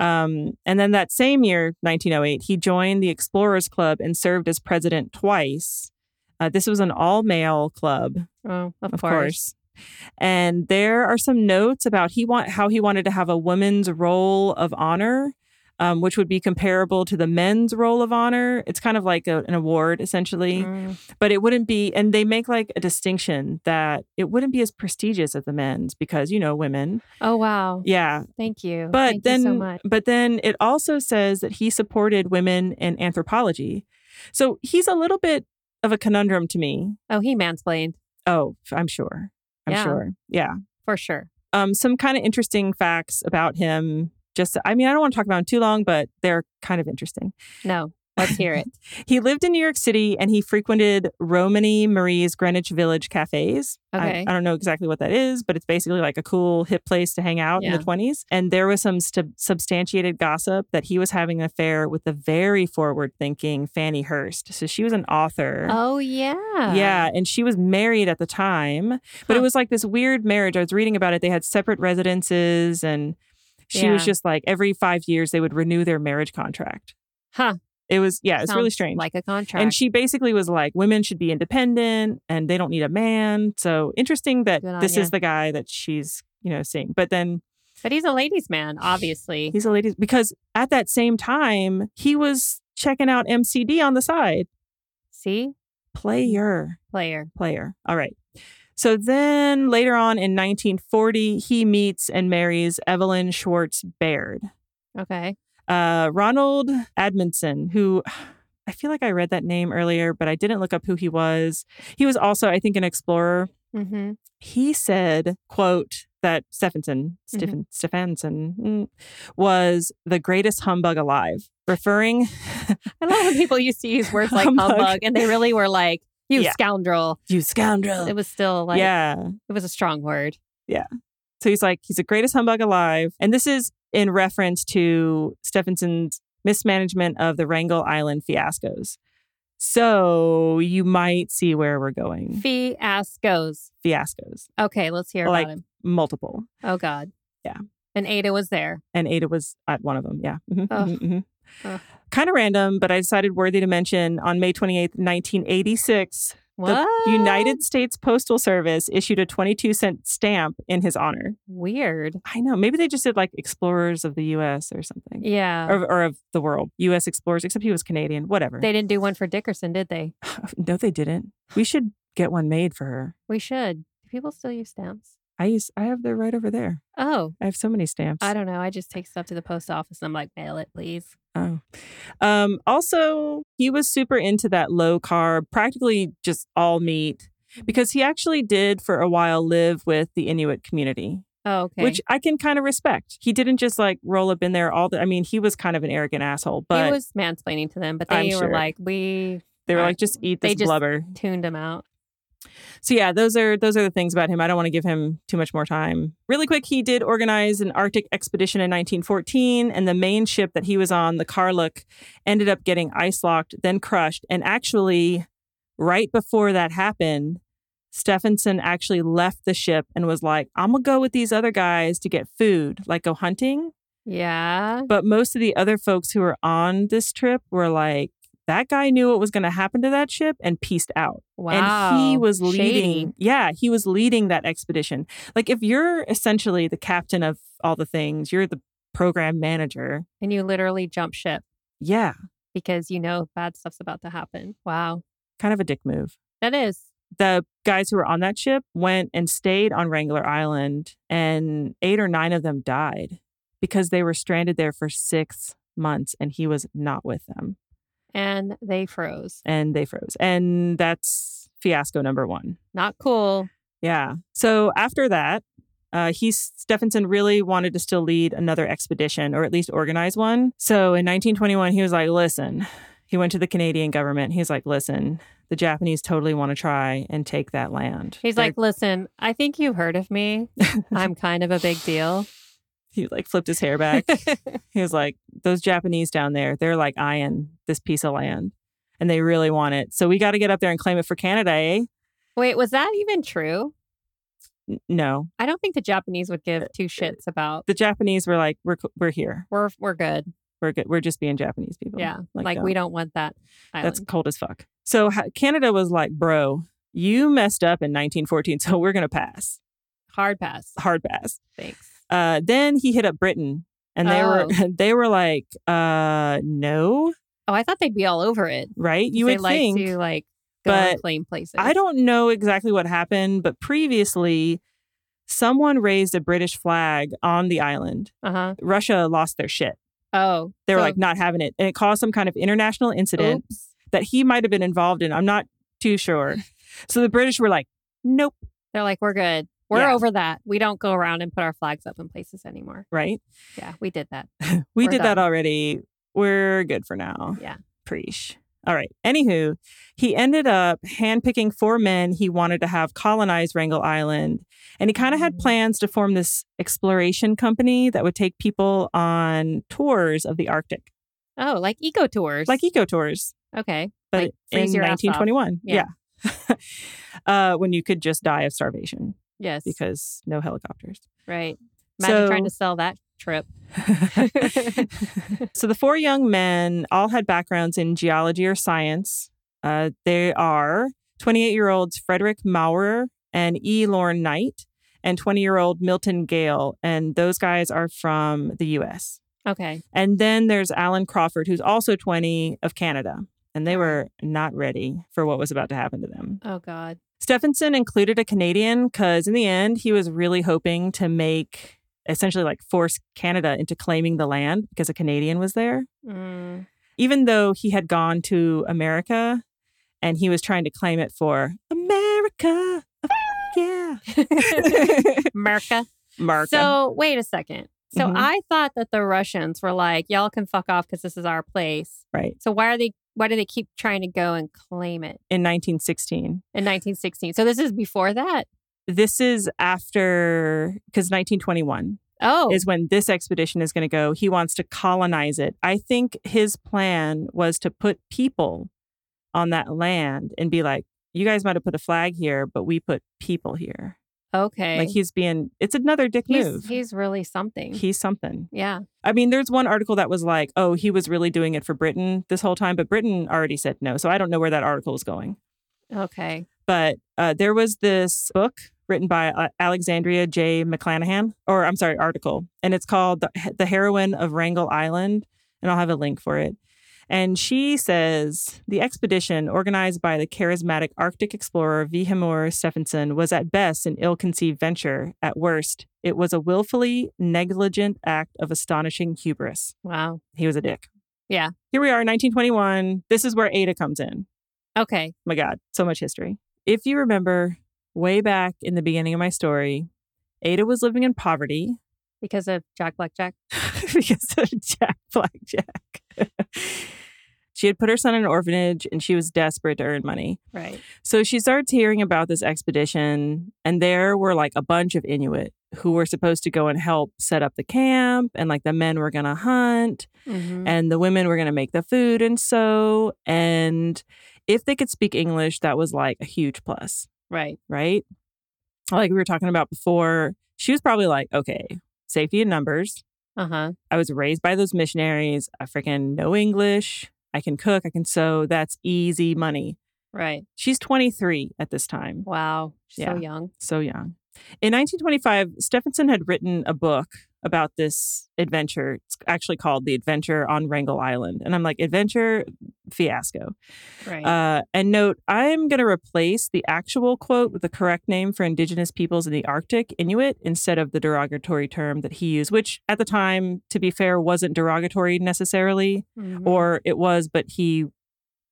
[SPEAKER 2] Um, and then that same year, 1908, he joined the Explorers Club and served as president twice. Uh, this was an all male club
[SPEAKER 1] Oh, of,
[SPEAKER 2] of course. And there are some notes about he want how he wanted to have a woman's role of honor, um, which would be comparable to the men's role of honor. It's kind of like a- an award essentially,
[SPEAKER 1] Mm.
[SPEAKER 2] but it wouldn't be. And they make like a distinction that it wouldn't be as prestigious as the men's because you know women.
[SPEAKER 1] Oh wow.
[SPEAKER 2] Yeah,
[SPEAKER 1] Thank you.
[SPEAKER 2] but
[SPEAKER 1] Thank
[SPEAKER 2] then
[SPEAKER 1] you so much.
[SPEAKER 2] but then it also says that he supported women in anthropology. So he's a little bit of a conundrum to me.
[SPEAKER 1] Oh, he mansplained
[SPEAKER 2] Oh, I'm sure. I'm
[SPEAKER 1] Yeah.
[SPEAKER 2] sure. Yeah.
[SPEAKER 1] for sure.
[SPEAKER 2] um, some kind of interesting facts about him. Just, I mean, I don't want to talk about him too long, but they're kind of interesting.
[SPEAKER 1] No. Let's hear
[SPEAKER 2] [laughs]
[SPEAKER 1] it.
[SPEAKER 2] He lived in New York City and he frequented Romany Marie's Greenwich Village cafes. I-
[SPEAKER 1] Okay.
[SPEAKER 2] I, don't know exactly what that is, but it's basically like a cool, hip place to hang out in
[SPEAKER 1] Yeah.
[SPEAKER 2] the 20s. And there was some stu- substantiated gossip that he was having an affair with the very forward thinking Fanny Hurst. So she was an author.
[SPEAKER 1] Oh yeah.
[SPEAKER 2] Yeah, and she was married at the time, but it
[SPEAKER 1] Huh.
[SPEAKER 2] was like this weird marriage. I was reading about it. They had separate residences, and she was
[SPEAKER 1] Yeah.
[SPEAKER 2] just like every five years they would renew their marriage contract.
[SPEAKER 1] Huh.
[SPEAKER 2] It was yeah, it's really
[SPEAKER 1] Sounds
[SPEAKER 2] strange.
[SPEAKER 1] Like a contract.
[SPEAKER 2] and she basically was like, women should be independent and they don't need a man. So interesting that
[SPEAKER 1] Good on
[SPEAKER 2] this
[SPEAKER 1] ya.
[SPEAKER 2] is the guy that she's you know seeing. But then
[SPEAKER 1] but he's a ladies' man, obviously.
[SPEAKER 2] he's a lady because at that same time he was checking out MCD on the side.
[SPEAKER 1] See,
[SPEAKER 2] Player.
[SPEAKER 1] player.
[SPEAKER 2] player. All right. So then later on in 1940, he meets and marries Evelyn Schwartz Baird.
[SPEAKER 1] Okay.
[SPEAKER 2] Uh, Ronald Admonson, who I feel like I read that name earlier, but I didn't look up who he was. He was also, I think, an explorer. [laughs]
[SPEAKER 1] Mm-hmm.
[SPEAKER 2] He said, quote, that Stephenson,
[SPEAKER 1] Mm-hmm.
[SPEAKER 2] Stephen, Stephenson mm, was the greatest humbug alive, referring
[SPEAKER 1] I love when people used to use words like
[SPEAKER 2] [laughs] Humbug.
[SPEAKER 1] humbug, and they really were like, You
[SPEAKER 2] Yeah.
[SPEAKER 1] scoundrel.
[SPEAKER 2] You scoundrel.
[SPEAKER 1] It was still like,
[SPEAKER 2] Oh. yeah.
[SPEAKER 1] it was a strong word.
[SPEAKER 2] So he's like, he's the greatest humbug alive. And this is in reference to Stephenson's mismanagement of the Wrangel Island fiascos. So you might see where we're going.
[SPEAKER 1] Fiascos.
[SPEAKER 2] Fiascos,
[SPEAKER 1] Okay, let's hear
[SPEAKER 2] Like-
[SPEAKER 1] about him.
[SPEAKER 2] multiple.
[SPEAKER 1] Oh, God.
[SPEAKER 2] Yeah.
[SPEAKER 1] And Ada was there.
[SPEAKER 2] And Ada was at one of them. Yeah. Mhm,
[SPEAKER 1] Ugh.
[SPEAKER 2] mhm, mhm.
[SPEAKER 1] Ugh.
[SPEAKER 2] Kind of random, but I decided worthy to mention on May 28th, 1986,
[SPEAKER 1] What?
[SPEAKER 2] the United States Postal Service issued a 22 cent stamp in his honor.
[SPEAKER 1] Weird.
[SPEAKER 2] I know. Maybe they just did like explorers of the US or something.
[SPEAKER 1] Yeah.
[SPEAKER 2] or, or of the world, U.S. explorers, except he was Canadian, whatever. Oh,
[SPEAKER 1] they didn't do one for Dickerson, did they?
[SPEAKER 2] no, they didn't. We should get one made for her.
[SPEAKER 1] We should. Do people still use stamps?
[SPEAKER 2] I use, I have they're right over there.
[SPEAKER 1] Oh,
[SPEAKER 2] I have so many stamps.
[SPEAKER 1] I don't know. I just take stuff to the post office and I'm like, mail it, please.
[SPEAKER 2] oh. Um, also, he was super into that low carb, practically just all meat, because he actually did for a while live with the Inuit community,
[SPEAKER 1] Oh, okay.
[SPEAKER 2] which I can kind of respect. He didn't just like roll up in there all the. I mean, he was kind of an arrogant asshole, but
[SPEAKER 1] he was mansplaining to them, but
[SPEAKER 2] I'm
[SPEAKER 1] they were
[SPEAKER 2] sure.
[SPEAKER 1] like, we
[SPEAKER 2] they were
[SPEAKER 1] I-
[SPEAKER 2] like, just eat
[SPEAKER 1] they
[SPEAKER 2] this
[SPEAKER 1] just-
[SPEAKER 2] blubber.
[SPEAKER 1] tuned him out.
[SPEAKER 2] So yeah, those are those are the things about him. I don't want to give him too much more time. Really quick, he did organize an Arctic expedition in 1914, and the main ship that he was on, the Karluk, ended up getting ice locked, then crushed. And actually, right before that happened, Stephenson actually left the ship and was like, "I'm gonna go with these other guys to get food, like go hunting."
[SPEAKER 1] Yeah.
[SPEAKER 2] But most of the other folks who were on this trip were like, "That guy knew what was going to happen to that ship and pieced out."
[SPEAKER 1] Wow.
[SPEAKER 2] And he was
[SPEAKER 1] Shady.
[SPEAKER 2] leading. Yeah, he was leading that expedition. Like if you're essentially the captain of all the things, you're the program manager.
[SPEAKER 1] And you literally jump ship
[SPEAKER 2] Yeah,
[SPEAKER 1] because you know bad stuff's about to happen. Wow.
[SPEAKER 2] kind of a dick move.
[SPEAKER 1] That is.
[SPEAKER 2] The guys who were on that ship went and stayed on Wrangler Island and 8 or 9 of them died because they were stranded there for 6 months and he was not with them
[SPEAKER 1] And they froze.
[SPEAKER 2] and they froze. And that's fiasco number 1.
[SPEAKER 1] Not cool.
[SPEAKER 2] Yeah. So after that, uh, he Stephenson really wanted to still lead another expedition or at least organize one. So in 1921, he was like, "Listen." He went to the Canadian government. He's like, "Listen, the Japanese totally want to try and take that land."
[SPEAKER 1] He's like, listen, I think you've heard of me. I'm kind of a big deal.
[SPEAKER 2] [laughs]
[SPEAKER 1] [laughs]
[SPEAKER 2] he like flipped his hair back. he was like, "Those Japanese down there, they're like eyeing this piece of land, and they really want it. So we got to get up there and claim it for Canada, eh?"
[SPEAKER 1] Wait, was that even true?
[SPEAKER 2] N- no,
[SPEAKER 1] I don't think the Japanese would give two shits about
[SPEAKER 2] the Japanese were like, "We're c- we're here.
[SPEAKER 1] we're we're good.
[SPEAKER 2] We're good. We're just being Japanese people." uh,
[SPEAKER 1] Yeah. Like
[SPEAKER 2] no.
[SPEAKER 1] we don't want that island.
[SPEAKER 2] That's cold as fuck. So ha- Canada was like, bro, you messed up in 1914, [laughs] so we're going to pass.
[SPEAKER 1] hard
[SPEAKER 2] [laughs]
[SPEAKER 1] pass.
[SPEAKER 2] Hard pass.
[SPEAKER 1] Thanks.
[SPEAKER 2] Uh, then he hit up Britain and they were [laughs] they were like, uh, no,
[SPEAKER 1] Oh, I thought they'd be all over it.
[SPEAKER 2] right? You
[SPEAKER 1] they
[SPEAKER 2] would
[SPEAKER 1] like
[SPEAKER 2] think.
[SPEAKER 1] to like go and
[SPEAKER 2] but
[SPEAKER 1] claim places.
[SPEAKER 2] I don't know exactly what happened, but previously someone raised a British flag on the island.
[SPEAKER 1] Uh huh.
[SPEAKER 2] Russia lost their shit.
[SPEAKER 1] Oh,
[SPEAKER 2] They were
[SPEAKER 1] so-
[SPEAKER 2] like not having it. And it caused some kind of international incident.
[SPEAKER 1] Oops.
[SPEAKER 2] that he might have been involved in. I'm not too sure. So the British were like, nope,
[SPEAKER 1] They're like, we're good. We're
[SPEAKER 2] Yeah.
[SPEAKER 1] over that. We don't go around and put our flags up in places anymore.
[SPEAKER 2] right?
[SPEAKER 1] Yeah, we did that.
[SPEAKER 2] We
[SPEAKER 1] We're
[SPEAKER 2] did that
[SPEAKER 1] done.
[SPEAKER 2] already. We're good for now.
[SPEAKER 1] Yeah.
[SPEAKER 2] Preach. All right. Anywho, he ended up handpicking four men he wanted to have colonize Wrangel Island. And he kind of had
[SPEAKER 1] Mm.
[SPEAKER 2] plans to form this exploration company that would take people on tours of the Arctic,
[SPEAKER 1] Oh, like eco tours.
[SPEAKER 2] like e eco tours.
[SPEAKER 1] okay.
[SPEAKER 2] but
[SPEAKER 1] Like,
[SPEAKER 2] in
[SPEAKER 1] freeze your ass off.
[SPEAKER 2] 1921.
[SPEAKER 1] Yeah.
[SPEAKER 2] yeah. [laughs] uh, when you could just die of starvation
[SPEAKER 1] Yes.
[SPEAKER 2] because no helicopters. [laughs]
[SPEAKER 1] right. Imagine trying to sell that trip.
[SPEAKER 2] so the four young men all had backgrounds in geology or science. Uh, they are 28 year olds Frederick Maurer and E. Lorne Knight, and 20 year old Milton Gale. And those guys are from the US.
[SPEAKER 1] [laughs] Okay.
[SPEAKER 2] And then there's Alan Crawford, who's also 20 of Canada. And they were not ready for what was about to happen to them.
[SPEAKER 1] Oh God.
[SPEAKER 2] Stephenson included a Canadian because, in the end, he was really hoping to make essentially like force Canada into claiming the land because a Canadian was there.
[SPEAKER 1] Mm.
[SPEAKER 2] Even though he had gone to America and he was trying to claim it for America. Uh, Yeah.
[SPEAKER 1] [laughs] America.
[SPEAKER 2] Mark.
[SPEAKER 1] So wait a second. So
[SPEAKER 2] Mhm.
[SPEAKER 1] I thought that the Russians were like, y'all can fuck off because this is our place.
[SPEAKER 2] right.
[SPEAKER 1] So why are they Why do they keep trying to go and claim it
[SPEAKER 2] in 1916.
[SPEAKER 1] in 1916? So this is before that.
[SPEAKER 2] This is after, because 1921
[SPEAKER 1] Oh,
[SPEAKER 2] is when this expedition is going to go. He wants to colonize it. I think his plan was to put people on that land and be like, you guys might have put a flag here, but we put people here.
[SPEAKER 1] okay.
[SPEAKER 2] Like he's being, it's another dick
[SPEAKER 1] he's,
[SPEAKER 2] move.
[SPEAKER 1] he's really something.
[SPEAKER 2] he's something.
[SPEAKER 1] yeah.
[SPEAKER 2] I mean, there's one article that was like, oh, he was really doing it for Britain this whole time, but Britain already said no. So I don't know where that article is going.
[SPEAKER 1] Okay.
[SPEAKER 2] But uh, there was this book written by uh, Alexandria J. McClanahan, or I'm sorry, article, and it's called The, the Heroine of Wrangell Island. And I'll have a link for it. And she says the expedition organized by the charismatic Arctic explorer Vihimur Stephenson was at best an ill conceived venture. At worst, it was a willfully negligent act of astonishing hubris
[SPEAKER 1] Wow.
[SPEAKER 2] he was a dick.
[SPEAKER 1] Yeah.
[SPEAKER 2] Here we are, 1921. This is where Ada comes in.
[SPEAKER 1] Okay.
[SPEAKER 2] My God, so much history. If you remember way back in the beginning of my story, Ada was living in poverty [laughs]
[SPEAKER 1] Because of Jack Black Jack.
[SPEAKER 2] because of Jack Blackjack. [laughs] she had put her son in an orphanage and she was desperate to earn money. [laughs]
[SPEAKER 1] Right.
[SPEAKER 2] So she starts hearing about this expedition, and there were like a bunch of Inuit who were supposed to go and help set up the camp, and like the men were going to hunt
[SPEAKER 1] Mhm.
[SPEAKER 2] and the women were going to make the food and so and if they could speak english that was like a huge plus
[SPEAKER 1] Right.
[SPEAKER 2] right like we were talking about before she was probably like okay safety in numbers
[SPEAKER 1] Uh huh.
[SPEAKER 2] i was raised by those missionaries i freaking know english i can cook i can sew that's easy money
[SPEAKER 1] Right.
[SPEAKER 2] she's 23 at this time
[SPEAKER 1] Wow. She's
[SPEAKER 2] Yeah.
[SPEAKER 1] So young.
[SPEAKER 2] so young in 1925 stephenson had written a book about this adventure it's actually called the adventure on wrangell island and i'm like adventure fiasco
[SPEAKER 1] Right.
[SPEAKER 2] Uh, and note, I'm going to replace the actual quote with the correct name for indigenous peoples in the Arctic, Inuit, instead of the derogatory term that he used, which at the time, to be fair, wasn't derogatory necessarily,
[SPEAKER 1] Mhm.
[SPEAKER 2] or it was, but he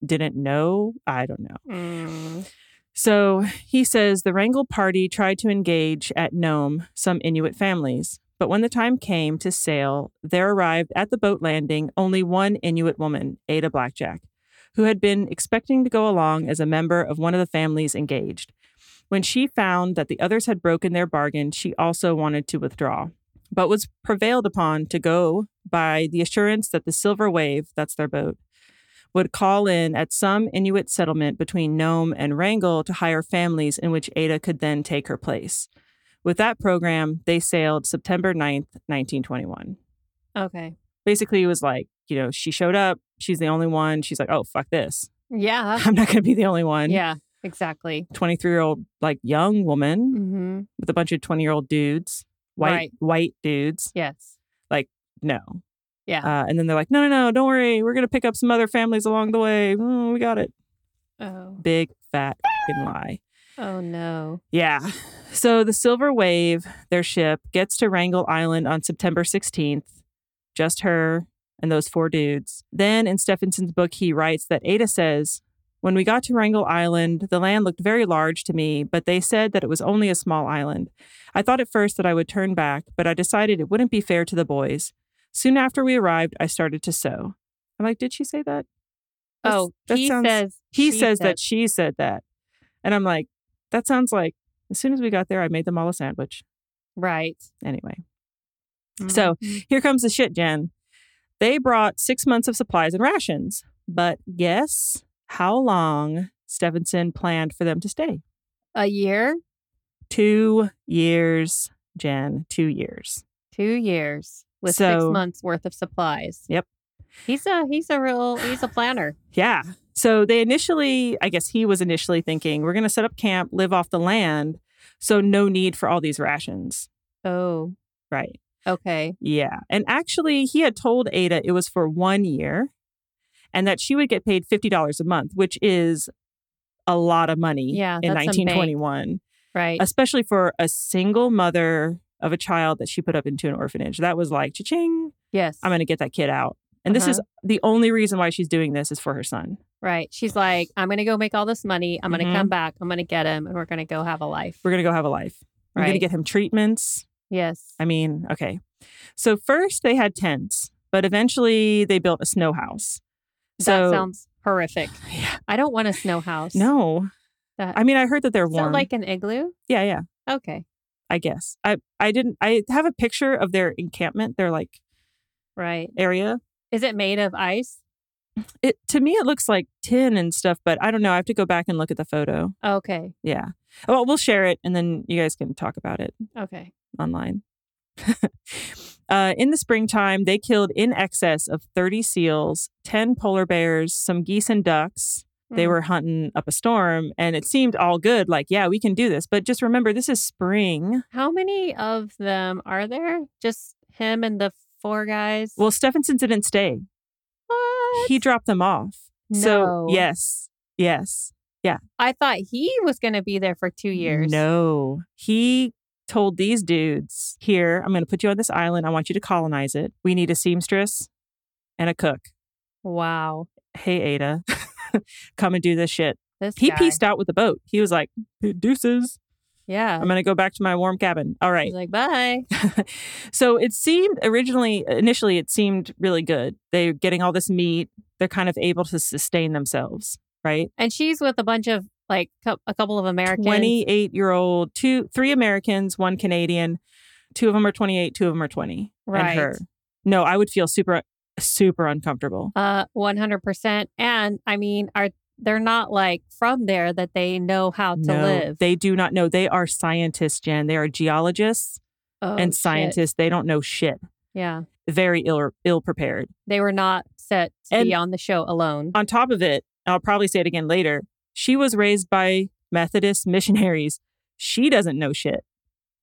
[SPEAKER 2] didn't know. I don't know.
[SPEAKER 1] Mm.
[SPEAKER 2] So he says the Wrangell party tried to engage at Nome some Inuit families, but when the time came to sail, there arrived at the boat landing only one Inuit woman, Ada Blackjack, who had been expecting to go along as a member of one of the families engaged. When she found that the others had broken their bargain, she also wanted to withdraw, but was prevailed upon to go by the assurance that the Silver Wave, that's their boat, would call in at some Inuit settlement between Nome and Wrangell to hire families in which Ada could then take her place. With that program, they sailed September 9th, 1921.
[SPEAKER 1] Okay.
[SPEAKER 2] Basically, it was like, you know, she showed up, she's the only one. She's like, oh, fuck this. [laughs]
[SPEAKER 1] Yeah.
[SPEAKER 2] I'm not going to be the only one.
[SPEAKER 1] Uh-huh. Yeah. Exactly.
[SPEAKER 2] 23 year old, like, young woman
[SPEAKER 1] Mm-hmm.
[SPEAKER 2] with a bunch of 20 year old dudes, white,
[SPEAKER 1] Right.
[SPEAKER 2] white dudes.
[SPEAKER 1] Yes.
[SPEAKER 2] No.
[SPEAKER 1] Yeah.
[SPEAKER 2] Uh, and then they're like, no, no, no, don't worry. We're going to pick up some other families along the way. Mm, we got it.
[SPEAKER 1] Oh.
[SPEAKER 2] Big fat fucking lie.
[SPEAKER 1] Oh no.
[SPEAKER 2] Yeah. So the Silver Wave, their ship, gets to Wrangell Island on September 16th. Just her and those four dudes. Then in Stephenson's book, he writes that Ada says, When we got to Wrangell Island, the land looked very large to me, but they said that it was only a small island. I thought at first that I would turn back, but I decided it wouldn't be fair to the boys. Soon after we arrived, I started to sew. I'm like, Did she say that? That's-
[SPEAKER 1] oh,
[SPEAKER 2] that
[SPEAKER 1] he
[SPEAKER 2] sounds-
[SPEAKER 1] says.
[SPEAKER 2] he
[SPEAKER 1] she
[SPEAKER 2] says
[SPEAKER 1] said-
[SPEAKER 2] that she said that. And I'm like, that sounds like as soon as we got there, I made them all a sandwich.
[SPEAKER 1] Right. Mm-hmm.
[SPEAKER 2] Anyway, So- here comes the shit, Jen. They brought six months of supplies and rations, but guess how long Stevenson planned for them to stay?
[SPEAKER 1] a year,
[SPEAKER 2] Two years, Jen, two years.
[SPEAKER 1] two years with six
[SPEAKER 2] So-
[SPEAKER 1] months worth of supplies.
[SPEAKER 2] Yep.
[SPEAKER 1] He's a he's a real he's a planner.
[SPEAKER 2] Yeah. So they initially, I guess he was initially thinking, we're going to set up camp, live off the land. So no need for all these rations.
[SPEAKER 1] Oh.
[SPEAKER 2] Right.
[SPEAKER 1] Okay.
[SPEAKER 2] Yeah. And actually, he had told Ada it was for one year and that she would get paid $50 a month, which is a lot of money
[SPEAKER 1] Yeah,
[SPEAKER 2] in
[SPEAKER 1] that's some bank.
[SPEAKER 2] 1921,
[SPEAKER 1] Right.
[SPEAKER 2] especially for a single mother of a child that she put up into an orphanage. That was like, cha-ching,
[SPEAKER 1] yes.
[SPEAKER 2] I'm going to get that kid out. And this
[SPEAKER 1] Uh-huh.
[SPEAKER 2] is the only reason why she's doing this is for her son.
[SPEAKER 1] right. She's like, I'm gonna go make all this money. I'm gonna
[SPEAKER 2] Mhm.
[SPEAKER 1] come back. I'm gonna get him, and we're gonna go have a life.
[SPEAKER 2] We're going to go have a life. We're going to
[SPEAKER 1] Right.
[SPEAKER 2] get him treatments.
[SPEAKER 1] Yes.
[SPEAKER 2] I mean, okay. So first they had tents, but eventually they built a snow house.
[SPEAKER 1] that sounds horrific.
[SPEAKER 2] [sighs] Yeah.
[SPEAKER 1] I don't want a snow house.
[SPEAKER 2] No.
[SPEAKER 1] That-
[SPEAKER 2] I mean, I heard that they're
[SPEAKER 1] Is that
[SPEAKER 2] warm.
[SPEAKER 1] like an igloo?
[SPEAKER 2] yeah, yeah.
[SPEAKER 1] Okay.
[SPEAKER 2] I guess. I I didn't. I have a picture of their encampment. Their like
[SPEAKER 1] Right.
[SPEAKER 2] area.
[SPEAKER 1] Is it made of ice?
[SPEAKER 2] It to me it looks like tin and stuff, but I don't know. I have to go back and look at the photo.
[SPEAKER 1] Okay.
[SPEAKER 2] Yeah. Well, we'll share it and then you guys can talk about it
[SPEAKER 1] Okay.
[SPEAKER 2] online. [laughs] uh, in the springtime, they killed in excess of 30 seals, 10 polar bears, some geese and ducks. They
[SPEAKER 1] Mm.
[SPEAKER 2] were hunting up a storm and it seemed all good. Like, yeah, we can do this. But just remember, this is spring.
[SPEAKER 1] How many of them are there? Just him and the four guys?
[SPEAKER 2] Well, Stephenson didn't stay,
[SPEAKER 1] what?
[SPEAKER 2] he dropped them off. So,
[SPEAKER 1] No.
[SPEAKER 2] yes, yes.
[SPEAKER 1] I thought he was going to be there for two years.
[SPEAKER 2] No. He told these dudes, here, I'm going to put you on this island. I want you to colonize it. We need a seamstress and a cook.
[SPEAKER 1] Wow.
[SPEAKER 2] Hey, Ada, [laughs] come and do this shit.
[SPEAKER 1] This
[SPEAKER 2] He
[SPEAKER 1] guy.
[SPEAKER 2] pieced out with the boat. He was like, deuces.
[SPEAKER 1] Yeah.
[SPEAKER 2] I'm going to go back to my warm cabin. All right.
[SPEAKER 1] He's like, bye.
[SPEAKER 2] [laughs] So it seemed originally, initially, it seemed really good. They're getting all this meat. They're kind of able to sustain themselves, right?
[SPEAKER 1] And she's with a bunch of like cou- a couple of Americans.
[SPEAKER 2] 28 year old, two, three Americans, one Canadian. Two of them are 28, two of them are 20.
[SPEAKER 1] Right.
[SPEAKER 2] And her. No, I would feel super, super uncomfortable.
[SPEAKER 1] Uh, 100%. And I mean, are they're not like from there that they know how to
[SPEAKER 2] no,
[SPEAKER 1] live.
[SPEAKER 2] They do not know. They are scientists, Jen. They are geologists
[SPEAKER 1] Oh,
[SPEAKER 2] and
[SPEAKER 1] shit.
[SPEAKER 2] scientists. They don't know shit.
[SPEAKER 1] Yeah.
[SPEAKER 2] Very ill ill prepared.
[SPEAKER 1] They were not set to be
[SPEAKER 2] And-
[SPEAKER 1] on the show alone.
[SPEAKER 2] On top of it, I'll probably say it again later. She was raised by Methodist missionaries. She doesn't know shit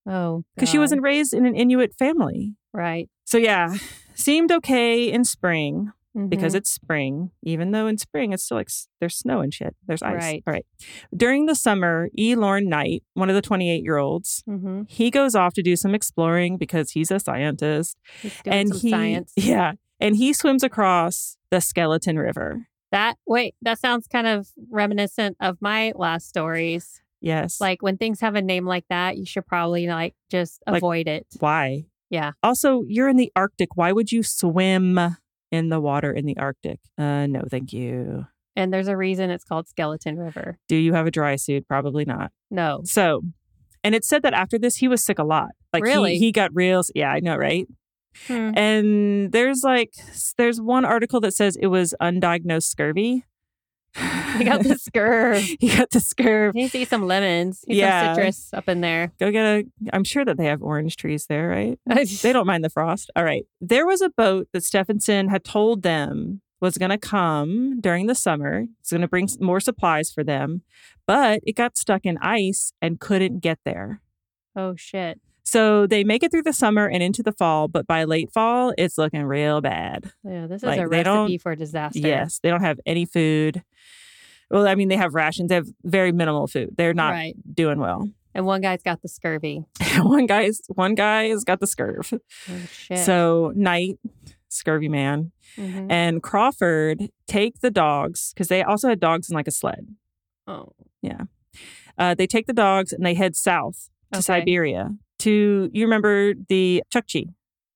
[SPEAKER 1] Oh.
[SPEAKER 2] because she
[SPEAKER 1] God.
[SPEAKER 2] wasn't raised in an Inuit family.
[SPEAKER 1] Right.
[SPEAKER 2] So yeah, [sighs] seemed okay in spring. because
[SPEAKER 1] Mhm.
[SPEAKER 2] it's spring, even though in spring it's still like s- there's snow and shit. There's ice.
[SPEAKER 1] Right.
[SPEAKER 2] All right. During the summer, E. Lorne Knight, one of the 28 year olds,
[SPEAKER 1] Mhm.
[SPEAKER 2] he goes off to do some exploring because he's a scientist.
[SPEAKER 1] He's doing
[SPEAKER 2] and
[SPEAKER 1] some
[SPEAKER 2] he,
[SPEAKER 1] science.
[SPEAKER 2] yeah, and he swims across the Skeleton River.
[SPEAKER 1] That wait, that sounds kind of reminiscent of my last stories.
[SPEAKER 2] Yes.
[SPEAKER 1] Like when things have a name like that, you should probably like just
[SPEAKER 2] Like-
[SPEAKER 1] avoid it.
[SPEAKER 2] why?
[SPEAKER 1] Yeah.
[SPEAKER 2] Also, you're in the Arctic. Why would you swim in the water in the Arctic? Uh, no, thank you.
[SPEAKER 1] And there's a reason it's called Skeleton River.
[SPEAKER 2] Do you have a dry suit? Probably not. [laughs]
[SPEAKER 1] No. [laughs]
[SPEAKER 2] So, and it said that after this, he was sick a lot. Like
[SPEAKER 1] Really?
[SPEAKER 2] he, he got real. Yeah, I know, right?
[SPEAKER 1] Hmm.
[SPEAKER 2] And there's like there's one article that says it was undiagnosed scurvy.
[SPEAKER 1] I got the scurve.
[SPEAKER 2] [laughs] he got the [laughs] scurvy.
[SPEAKER 1] Needs to eat some lemons. Eat
[SPEAKER 2] Yeah.
[SPEAKER 1] some citrus up in there. [laughs]
[SPEAKER 2] Go get a. I'm sure that they have orange trees there, right? They don't mind the frost. All right. There was a boat that Stephenson had told them was going to come during the summer. It's going to bring s- more supplies for them, but it got stuck in ice and couldn't get there.
[SPEAKER 1] [laughs] oh shit.
[SPEAKER 2] So they make it through the summer and into the fall, but by late fall, it's looking real bad.
[SPEAKER 1] Yeah, this is
[SPEAKER 2] Like,
[SPEAKER 1] a
[SPEAKER 2] they don't-
[SPEAKER 1] recipe for disaster.
[SPEAKER 2] Yes, they don't have any food. Well, I mean, they have rations. They have very minimal food. They're not
[SPEAKER 1] Right.
[SPEAKER 2] doing well. [laughs]
[SPEAKER 1] And one guy's got the scurvy.
[SPEAKER 2] one guy's one guy has got the scurv.
[SPEAKER 1] Oh shit.
[SPEAKER 2] So Knight, scurvy man,
[SPEAKER 1] Mhm.
[SPEAKER 2] and Crawford take the dogs because they also had dogs in like a sled.
[SPEAKER 1] oh.
[SPEAKER 2] Uh, they take the dogs and they head south to
[SPEAKER 1] Okay.
[SPEAKER 2] Siberia. To you remember the Chukchi?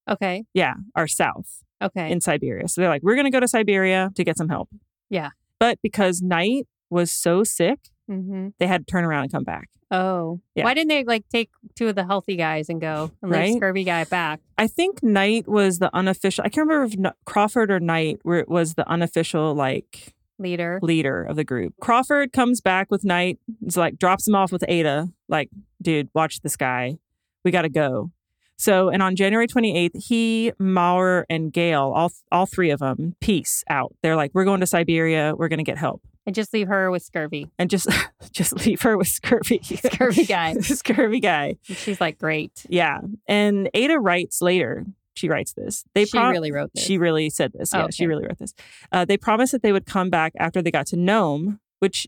[SPEAKER 1] Okay.
[SPEAKER 2] Yeah, are south.
[SPEAKER 1] Okay.
[SPEAKER 2] in Siberia. So they're like, we're going to go to Siberia to get some help.
[SPEAKER 1] Yeah.
[SPEAKER 2] But because Knight was so sick,
[SPEAKER 1] mm-hmm.
[SPEAKER 2] they had to turn around and come back.
[SPEAKER 1] Oh,
[SPEAKER 2] Yeah.
[SPEAKER 1] why didn't they like take two of the healthy guys and go and leave
[SPEAKER 2] Right?
[SPEAKER 1] scurvy guy back?
[SPEAKER 2] I think Knight was the unofficial, I can't remember if Kn- Crawford or Knight were, was the unofficial like
[SPEAKER 1] Leader,
[SPEAKER 2] leader of the group. Crawford comes back with Knight, is like, drops him off with Ada, like, dude, watch this guy. We got to go. So, and on January 28th, he, Maurer, and Gale, all, all three of them, peace out. They're like, we're going to Siberia. We're going to get help.
[SPEAKER 1] and just leave her with scurvy.
[SPEAKER 2] and just [laughs] just leave her with scurvy.
[SPEAKER 1] [laughs] Scurvy guy.
[SPEAKER 2] [laughs] scurvy guy.
[SPEAKER 1] And she's like, great.
[SPEAKER 2] Yeah. And Ada writes later. She writes this. They
[SPEAKER 1] she
[SPEAKER 2] prom-
[SPEAKER 1] really wrote this.
[SPEAKER 2] she really said this. Yeah, she
[SPEAKER 1] Okay.
[SPEAKER 2] really wrote this. Uh, they promised that they would come back after they got to Nome, which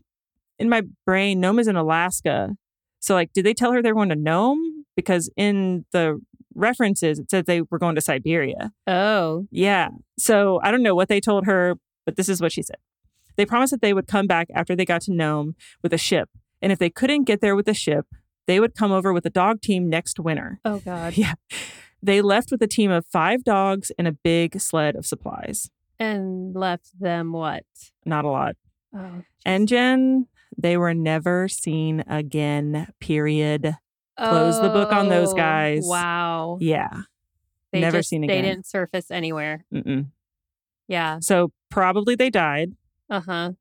[SPEAKER 2] in my brain, Nome is in Alaska. So like, did they tell her they were going to Nome? Because in the references, it said they were going to Siberia.
[SPEAKER 1] oh,
[SPEAKER 2] Yeah. So I don't know what they told her, but this is what she said. They promised that they would come back after they got to Nome with a ship. And if they couldn't get there with a ship, they would come over with a dog team next winter.
[SPEAKER 1] oh God.
[SPEAKER 2] Yeah. They left with a team of five dogs and a big sled of supplies.
[SPEAKER 1] and left them what?
[SPEAKER 2] Not a lot.
[SPEAKER 1] Oh,
[SPEAKER 2] And Jen, they were never seen again, period. close the book on those
[SPEAKER 1] Oh,
[SPEAKER 2] guys.
[SPEAKER 1] Wow.
[SPEAKER 2] Yeah. never
[SPEAKER 1] just-
[SPEAKER 2] seen
[SPEAKER 1] They
[SPEAKER 2] again.
[SPEAKER 1] didn't surface anywhere.
[SPEAKER 2] Mm-mm.
[SPEAKER 1] Yeah.
[SPEAKER 2] So probably they died.
[SPEAKER 1] Uh huh.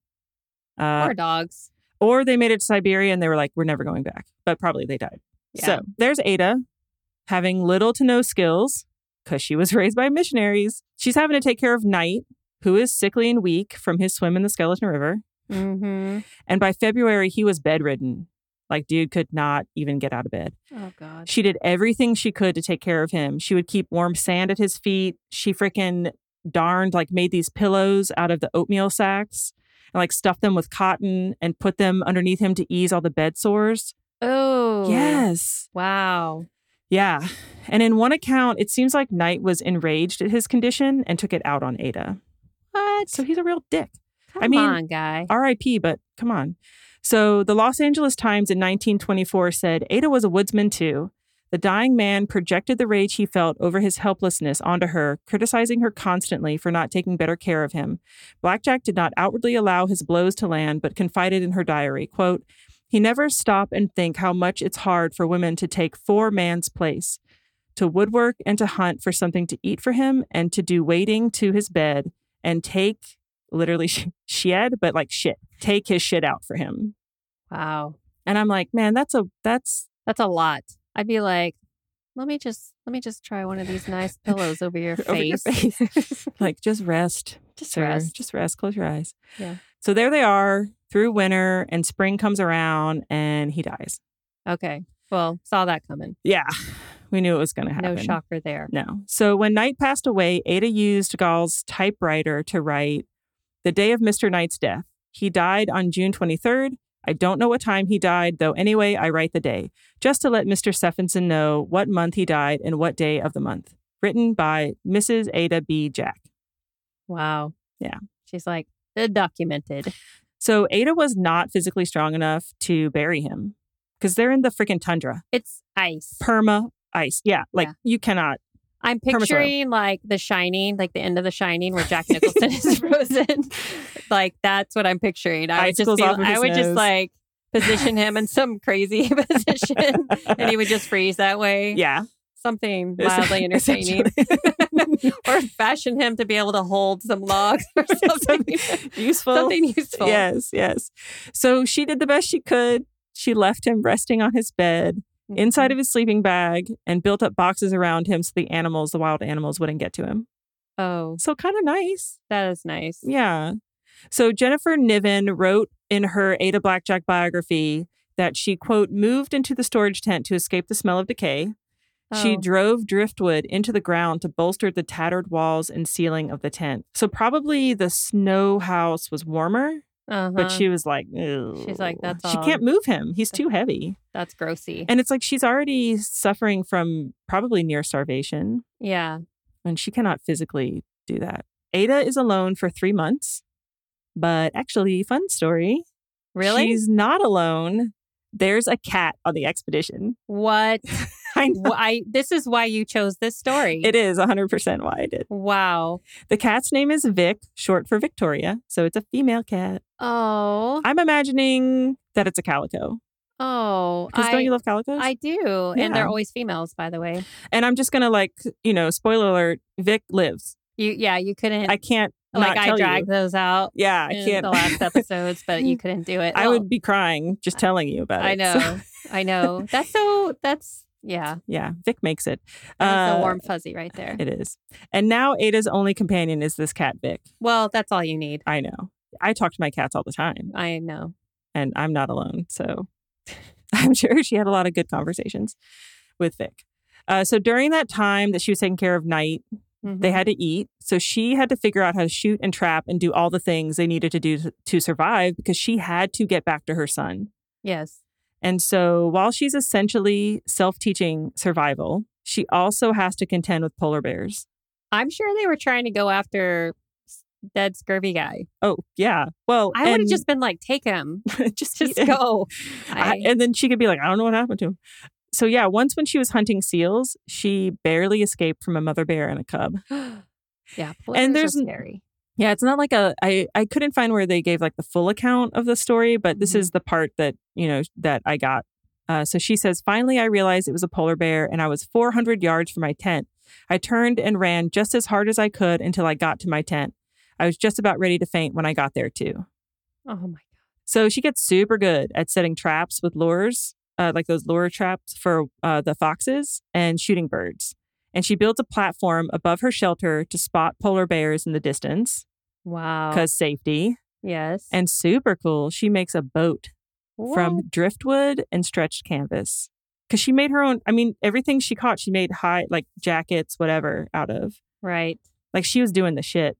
[SPEAKER 2] Uh,
[SPEAKER 1] Poor dogs.
[SPEAKER 2] or they made it to Siberia and they were like, we're never going back. But probably they died.
[SPEAKER 1] Yeah.
[SPEAKER 2] So there's Ada having little to no skills because she was [laughs] raised by missionaries. She's having to take care of Knight, who is sickly and weak from his swim in the Skeleton River.
[SPEAKER 1] Mm-hmm.
[SPEAKER 2] And by February, he was bedridden. Like, dude could not even get out of bed.
[SPEAKER 1] Oh God.
[SPEAKER 2] She did everything she could to take care of him. She would keep warm sand at his feet. She freaking darned, like, made these pillows out of the oatmeal sacks and, like, stuffed them with cotton and put them underneath him to ease all the bed sores.
[SPEAKER 1] Oh.
[SPEAKER 2] Yes.
[SPEAKER 1] Wow.
[SPEAKER 2] Yeah. And in one account, it seems like Knight was enraged at his condition and took it out on Ada.
[SPEAKER 1] What?
[SPEAKER 2] So he's a real dick.
[SPEAKER 1] Come
[SPEAKER 2] mean-
[SPEAKER 1] on, guy.
[SPEAKER 2] RIP, but come on. So the Los Angeles Times in 1924 said Ada was a woodsman too. The dying man projected the rage he felt over his helplessness onto her, criticizing her constantly for not taking better care of him. Blackjack did not outwardly allow his blows to land, but confided in her diary, quote, he never stop and think how much it's hard for women to take for man's place, to woodwork and to hunt for something to eat for him and to do waiting to his bed and take literally sh- shed, but like shit, take his shit out for him.
[SPEAKER 1] Wow.
[SPEAKER 2] And I'm like, man, that's a that's
[SPEAKER 1] That's a lot. I'd be like, let me just let me just try one of these nice pillows over your
[SPEAKER 2] [laughs] Over your
[SPEAKER 1] face.
[SPEAKER 2] [laughs] like just rest,
[SPEAKER 1] just
[SPEAKER 2] sir. [laughs]
[SPEAKER 1] rest.
[SPEAKER 2] just rest, close your eyes.
[SPEAKER 1] Yeah.
[SPEAKER 2] So there they are through winter, and spring comes around, and he dies.
[SPEAKER 1] Okay. Well, saw that coming.
[SPEAKER 2] Yeah, we knew it was going to happen.
[SPEAKER 1] No shocker there.
[SPEAKER 2] No. So when Knight passed away, Ada used Gall's typewriter to write the day of Mr. Knight's death. He died on June 23rd. I don't know what time he died, though anyway, I write the day, just to let Mr. Stephenson know what month he died and what day of the month. Written by Mrs. Ada B. Jack.
[SPEAKER 1] Wow.
[SPEAKER 2] Yeah.
[SPEAKER 1] She's like, "Uh, documented.
[SPEAKER 2] So Ada was not physically strong enough to bury him because they're in the freaking tundra.
[SPEAKER 1] It's ice.
[SPEAKER 2] Perma ice. Yeah. Like
[SPEAKER 1] Yeah.
[SPEAKER 2] you cannot.
[SPEAKER 1] I'm
[SPEAKER 2] Permasoil.
[SPEAKER 1] picturing like The Shining, like the end of The Shining, where Jack Nicholson is [laughs] frozen. like that's what I'm picturing. I would just
[SPEAKER 2] Icicles
[SPEAKER 1] be,
[SPEAKER 2] off of
[SPEAKER 1] I
[SPEAKER 2] his
[SPEAKER 1] would just
[SPEAKER 2] nose.
[SPEAKER 1] like position him in some crazy [laughs] position, and he would just freeze that way.
[SPEAKER 2] [laughs] Yeah. [laughs]
[SPEAKER 1] Something
[SPEAKER 2] Es-
[SPEAKER 1] mildly entertaining,
[SPEAKER 2] [laughs] essentially.
[SPEAKER 1] or fashion him to be able to hold some logs
[SPEAKER 2] [laughs]
[SPEAKER 1] or [laughs] something,
[SPEAKER 2] Useful.
[SPEAKER 1] something useful.
[SPEAKER 2] Yes, yes. So she did the best she could. She left him resting on his bed,
[SPEAKER 1] Mm-hmm.
[SPEAKER 2] inside of his sleeping bag, and built up boxes around him so the animals, the wild animals, wouldn't get to him.
[SPEAKER 1] Oh,
[SPEAKER 2] So kind of nice.
[SPEAKER 1] that is nice.
[SPEAKER 2] Yeah. So Jennifer Niven wrote in her Ada Blackjack biography that she, quote, moved into the storage tent to escape the smell of decay. She
[SPEAKER 1] Oh,
[SPEAKER 2] drove driftwood into the ground to bolster the tattered walls and ceiling of the tent. So probably the snow house was warmer
[SPEAKER 1] uh-huh.
[SPEAKER 2] but she was like, "Ew."
[SPEAKER 1] She's like, "That's
[SPEAKER 2] She
[SPEAKER 1] all."
[SPEAKER 2] can't move him. He's too
[SPEAKER 1] [laughs]
[SPEAKER 2] heavy.
[SPEAKER 1] that's grossy.
[SPEAKER 2] And it's like she's already suffering from probably near starvation,
[SPEAKER 1] yeah.
[SPEAKER 2] and she cannot physically do that. Ada is alone for three months, but actually, fun story.
[SPEAKER 1] Really?
[SPEAKER 2] She's not alone. There's a cat on the expedition. [laughs]
[SPEAKER 1] what?
[SPEAKER 2] I know.
[SPEAKER 1] Wh- I. This is why you chose this story.
[SPEAKER 2] It is 100% why I did.
[SPEAKER 1] Wow.
[SPEAKER 2] The cat's name is Vic, short for Victoria. So it's a female cat.
[SPEAKER 1] Oh,
[SPEAKER 2] I'm imagining that it's a calico.
[SPEAKER 1] oh,
[SPEAKER 2] Because
[SPEAKER 1] I,
[SPEAKER 2] don't you love calicos?
[SPEAKER 1] I do, and
[SPEAKER 2] Yeah.
[SPEAKER 1] they're always females, by the way.
[SPEAKER 2] And I'm just gonna like, you know, spoiler alert, Vic lives.
[SPEAKER 1] You, yeah, you couldn't
[SPEAKER 2] I can't
[SPEAKER 1] like
[SPEAKER 2] not
[SPEAKER 1] I
[SPEAKER 2] tell you.
[SPEAKER 1] dragged those out
[SPEAKER 2] Yeah, I
[SPEAKER 1] in
[SPEAKER 2] can't. [laughs]
[SPEAKER 1] the
[SPEAKER 2] Mm.
[SPEAKER 1] last episodes, but you couldn't do it.
[SPEAKER 2] I
[SPEAKER 1] Well,
[SPEAKER 2] would be crying just telling you about
[SPEAKER 1] I
[SPEAKER 2] it.
[SPEAKER 1] know,
[SPEAKER 2] So,
[SPEAKER 1] I know. That's so. That's yeah.
[SPEAKER 2] yeah, Vic makes it.
[SPEAKER 1] That's
[SPEAKER 2] Uh,
[SPEAKER 1] a warm fuzzy right there.
[SPEAKER 2] It is. And now Ada's only companion is this cat, Vic.
[SPEAKER 1] Well, that's all you need.
[SPEAKER 2] I know. I talk to my cats all the time,
[SPEAKER 1] I know.
[SPEAKER 2] and I'm not alone. So [laughs] I'm sure she had a lot of good conversations with Vic. Uh, so during that time that she was taking care of Knight,
[SPEAKER 1] Mhm.
[SPEAKER 2] They had to eat. So she had to figure out how to shoot and trap and do all the things they needed to do to, to survive because she had to get back to her son.
[SPEAKER 1] yes.
[SPEAKER 2] And so while she's essentially self teaching survival, she also has to contend with polar bears.
[SPEAKER 1] I'm sure they were trying to go after s- dead scurvy guy.
[SPEAKER 2] Oh, yeah. Well,
[SPEAKER 1] I would have
[SPEAKER 2] and-
[SPEAKER 1] just been like, take him,
[SPEAKER 2] [laughs] just,
[SPEAKER 1] just
[SPEAKER 2] eat it.
[SPEAKER 1] go. [gasps]
[SPEAKER 2] I-
[SPEAKER 1] I-
[SPEAKER 2] and then she could be like, I don't know what happened to him. So, yeah, once when she was hunting seals, she barely escaped from a mother bear and a cub.
[SPEAKER 1] yeah.
[SPEAKER 2] And
[SPEAKER 1] And
[SPEAKER 2] there's
[SPEAKER 1] there's
[SPEAKER 2] n-
[SPEAKER 1] scary.
[SPEAKER 2] Yeah, it's not like a I I couldn't find where they gave like the full account of the story, but this
[SPEAKER 1] Mhm.
[SPEAKER 2] is the part that, you know, that I got. Uh, so she says, "Finally I realized it was a polar bear and I was 400 yards from my tent. I turned and ran just as hard as I could until I got to my tent. I was just about ready to faint when I got there too."
[SPEAKER 1] Oh my
[SPEAKER 2] So she gets super good at setting traps with lures, uh, like those lure traps for uh, the foxes and shooting birds. And she builds a platform above her shelter to spot polar bears in the distance
[SPEAKER 1] wow.
[SPEAKER 2] because safety.
[SPEAKER 1] yes.
[SPEAKER 2] And super cool, she makes a boat from
[SPEAKER 1] What?
[SPEAKER 2] driftwood and stretched canvas. Cause she made her own, I mean, everything she caught, she made high, like jackets, whatever, out of.
[SPEAKER 1] right.
[SPEAKER 2] Like she was doing the shit.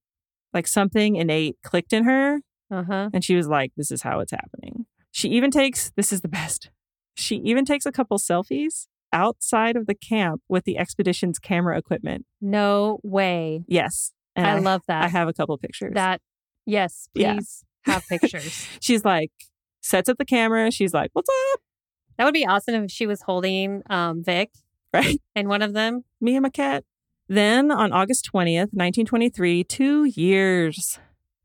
[SPEAKER 2] Like something innate clicked in her
[SPEAKER 1] Uh huh.
[SPEAKER 2] and she was like, this is how it's happening. She even takes, this is the best. [laughs] She even takes a couple selfies outside of the camp with the expedition's camera equipment.
[SPEAKER 1] No way.
[SPEAKER 2] Yes. And
[SPEAKER 1] I, love that.
[SPEAKER 2] I have a couple pictures.
[SPEAKER 1] that. Yes.
[SPEAKER 2] Yeah.
[SPEAKER 1] Please have
[SPEAKER 2] [laughs]
[SPEAKER 1] pictures.
[SPEAKER 2] She's like, sets up the camera. She's like, what's up?
[SPEAKER 1] that would be awesome if she was holding um Vic
[SPEAKER 2] Right.
[SPEAKER 1] and one of them.
[SPEAKER 2] me and my cat. Then on August 20th, 1923, two years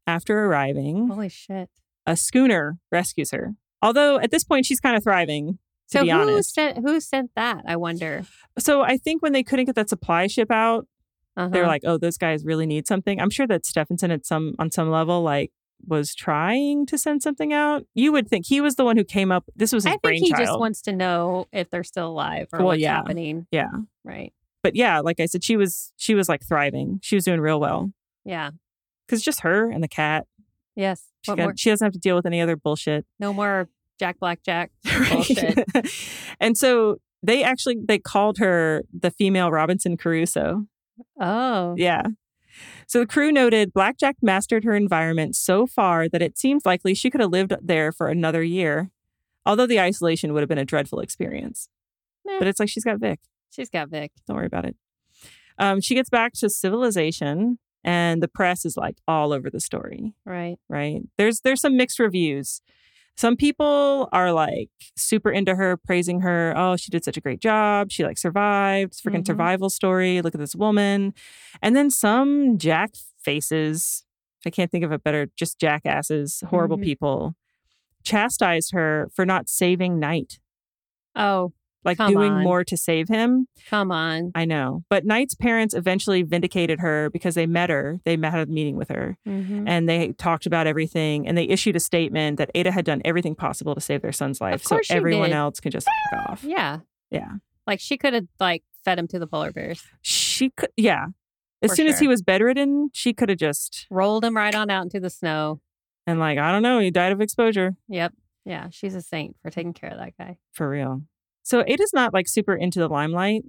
[SPEAKER 2] after arriving,
[SPEAKER 1] Holy shit.
[SPEAKER 2] a schooner rescues her. Although at this point, she's kind of thriving, to
[SPEAKER 1] so
[SPEAKER 2] be
[SPEAKER 1] who
[SPEAKER 2] honest.
[SPEAKER 1] sent who sent that? I wonder.
[SPEAKER 2] So I think when they couldn't get that supply ship out,
[SPEAKER 1] Uh-huh.
[SPEAKER 2] they were like, oh, those guys really need something. I'm sure that Stephenson at some on some level, like, was trying to send something out. You would think he was the one who came up. This was
[SPEAKER 1] I
[SPEAKER 2] his
[SPEAKER 1] think he
[SPEAKER 2] brainchild.
[SPEAKER 1] just wants to know if they're still alive or
[SPEAKER 2] Well,
[SPEAKER 1] what's
[SPEAKER 2] yeah.
[SPEAKER 1] happening.
[SPEAKER 2] Yeah.
[SPEAKER 1] Right.
[SPEAKER 2] but yeah, like I said, she was she was like thriving. She was doing real well
[SPEAKER 1] Yeah.
[SPEAKER 2] because just her and the cat.
[SPEAKER 1] Yes.
[SPEAKER 2] She,
[SPEAKER 1] What
[SPEAKER 2] got-
[SPEAKER 1] more?
[SPEAKER 2] she doesn't have to deal with any other bullshit.
[SPEAKER 1] No more Jack Black Jack.
[SPEAKER 2] [laughs] Right?
[SPEAKER 1] Bullshit.
[SPEAKER 2] and so they actually they called her the female Robinson Crusoe.
[SPEAKER 1] Oh.
[SPEAKER 2] Yeah. So the crew noted Blackjack mastered her environment so far that it seems likely she could have lived there for another year, although the isolation would have been a dreadful experience.
[SPEAKER 1] Meh.
[SPEAKER 2] But it's like she's got Vic.
[SPEAKER 1] She's got Vic.
[SPEAKER 2] Don't worry about it. Um, she gets back to civilization, and the press is like all over the story.
[SPEAKER 1] Right.
[SPEAKER 2] right? There's there's some mixed reviews. Some people are like super into her, praising her. Oh, she did such a great job. She like survived. It's freaking
[SPEAKER 1] Mhm.
[SPEAKER 2] survival story. Look at this woman. And then some jack faces. I can't think of a better. Just jackasses, horrible
[SPEAKER 1] Mhm.
[SPEAKER 2] people, chastised her for not saving Knight,
[SPEAKER 1] Oh,
[SPEAKER 2] like
[SPEAKER 1] Come
[SPEAKER 2] doing
[SPEAKER 1] on.
[SPEAKER 2] more to save him.
[SPEAKER 1] come on.
[SPEAKER 2] I know, but Knight's parents eventually vindicated her because they met her. They met had a meeting with her,
[SPEAKER 1] Mhm.
[SPEAKER 2] and they talked about everything and they issued a statement that Ada had done everything possible to save their son's life. So
[SPEAKER 1] course she
[SPEAKER 2] everyone
[SPEAKER 1] did.
[SPEAKER 2] else can just fuck
[SPEAKER 1] [laughs]
[SPEAKER 2] off.
[SPEAKER 1] Yeah.
[SPEAKER 2] Yeah.
[SPEAKER 1] Like she could have like fed him to the polar bears,
[SPEAKER 2] She could, yeah. As
[SPEAKER 1] For
[SPEAKER 2] soon as he
[SPEAKER 1] sure.
[SPEAKER 2] was bedridden, she could have just,
[SPEAKER 1] rolled him right on out into the snow.
[SPEAKER 2] and like, I don't know, he died of exposure
[SPEAKER 1] Yep. Yeah. She's a saint for taking care of that guy.
[SPEAKER 2] for real. So Ada's not like super into the limelight.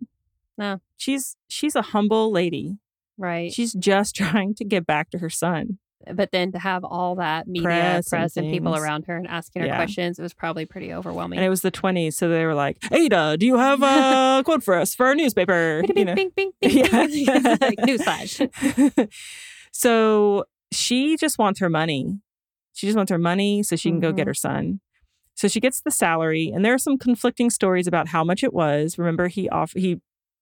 [SPEAKER 1] No.
[SPEAKER 2] She's she's a humble lady.
[SPEAKER 1] Right.
[SPEAKER 2] She's just [laughs] trying to get back to her son.
[SPEAKER 1] but then to have all that media
[SPEAKER 2] Press
[SPEAKER 1] press,
[SPEAKER 2] and
[SPEAKER 1] and, people
[SPEAKER 2] things.
[SPEAKER 1] around her and asking her
[SPEAKER 2] Yeah.
[SPEAKER 1] questions, it was probably pretty overwhelming.
[SPEAKER 2] And it was the 20s, so they were like, "Ada, do you have
[SPEAKER 1] [laughs]
[SPEAKER 2] a quote for us for our newspaper?"
[SPEAKER 1] Bing,
[SPEAKER 2] You
[SPEAKER 1] bing,
[SPEAKER 2] know?
[SPEAKER 1] bing,
[SPEAKER 2] [laughs]
[SPEAKER 1] bing, bing, [laughs]
[SPEAKER 2] Yeah.
[SPEAKER 1] bing. It's like
[SPEAKER 2] [laughs]
[SPEAKER 1] newsflash.
[SPEAKER 2] so she just wants her money. She just wants her money so she can go get
[SPEAKER 1] Mhm.
[SPEAKER 2] her son. So she gets the salary, and there are some conflicting stories about how much it was. Remember, he off he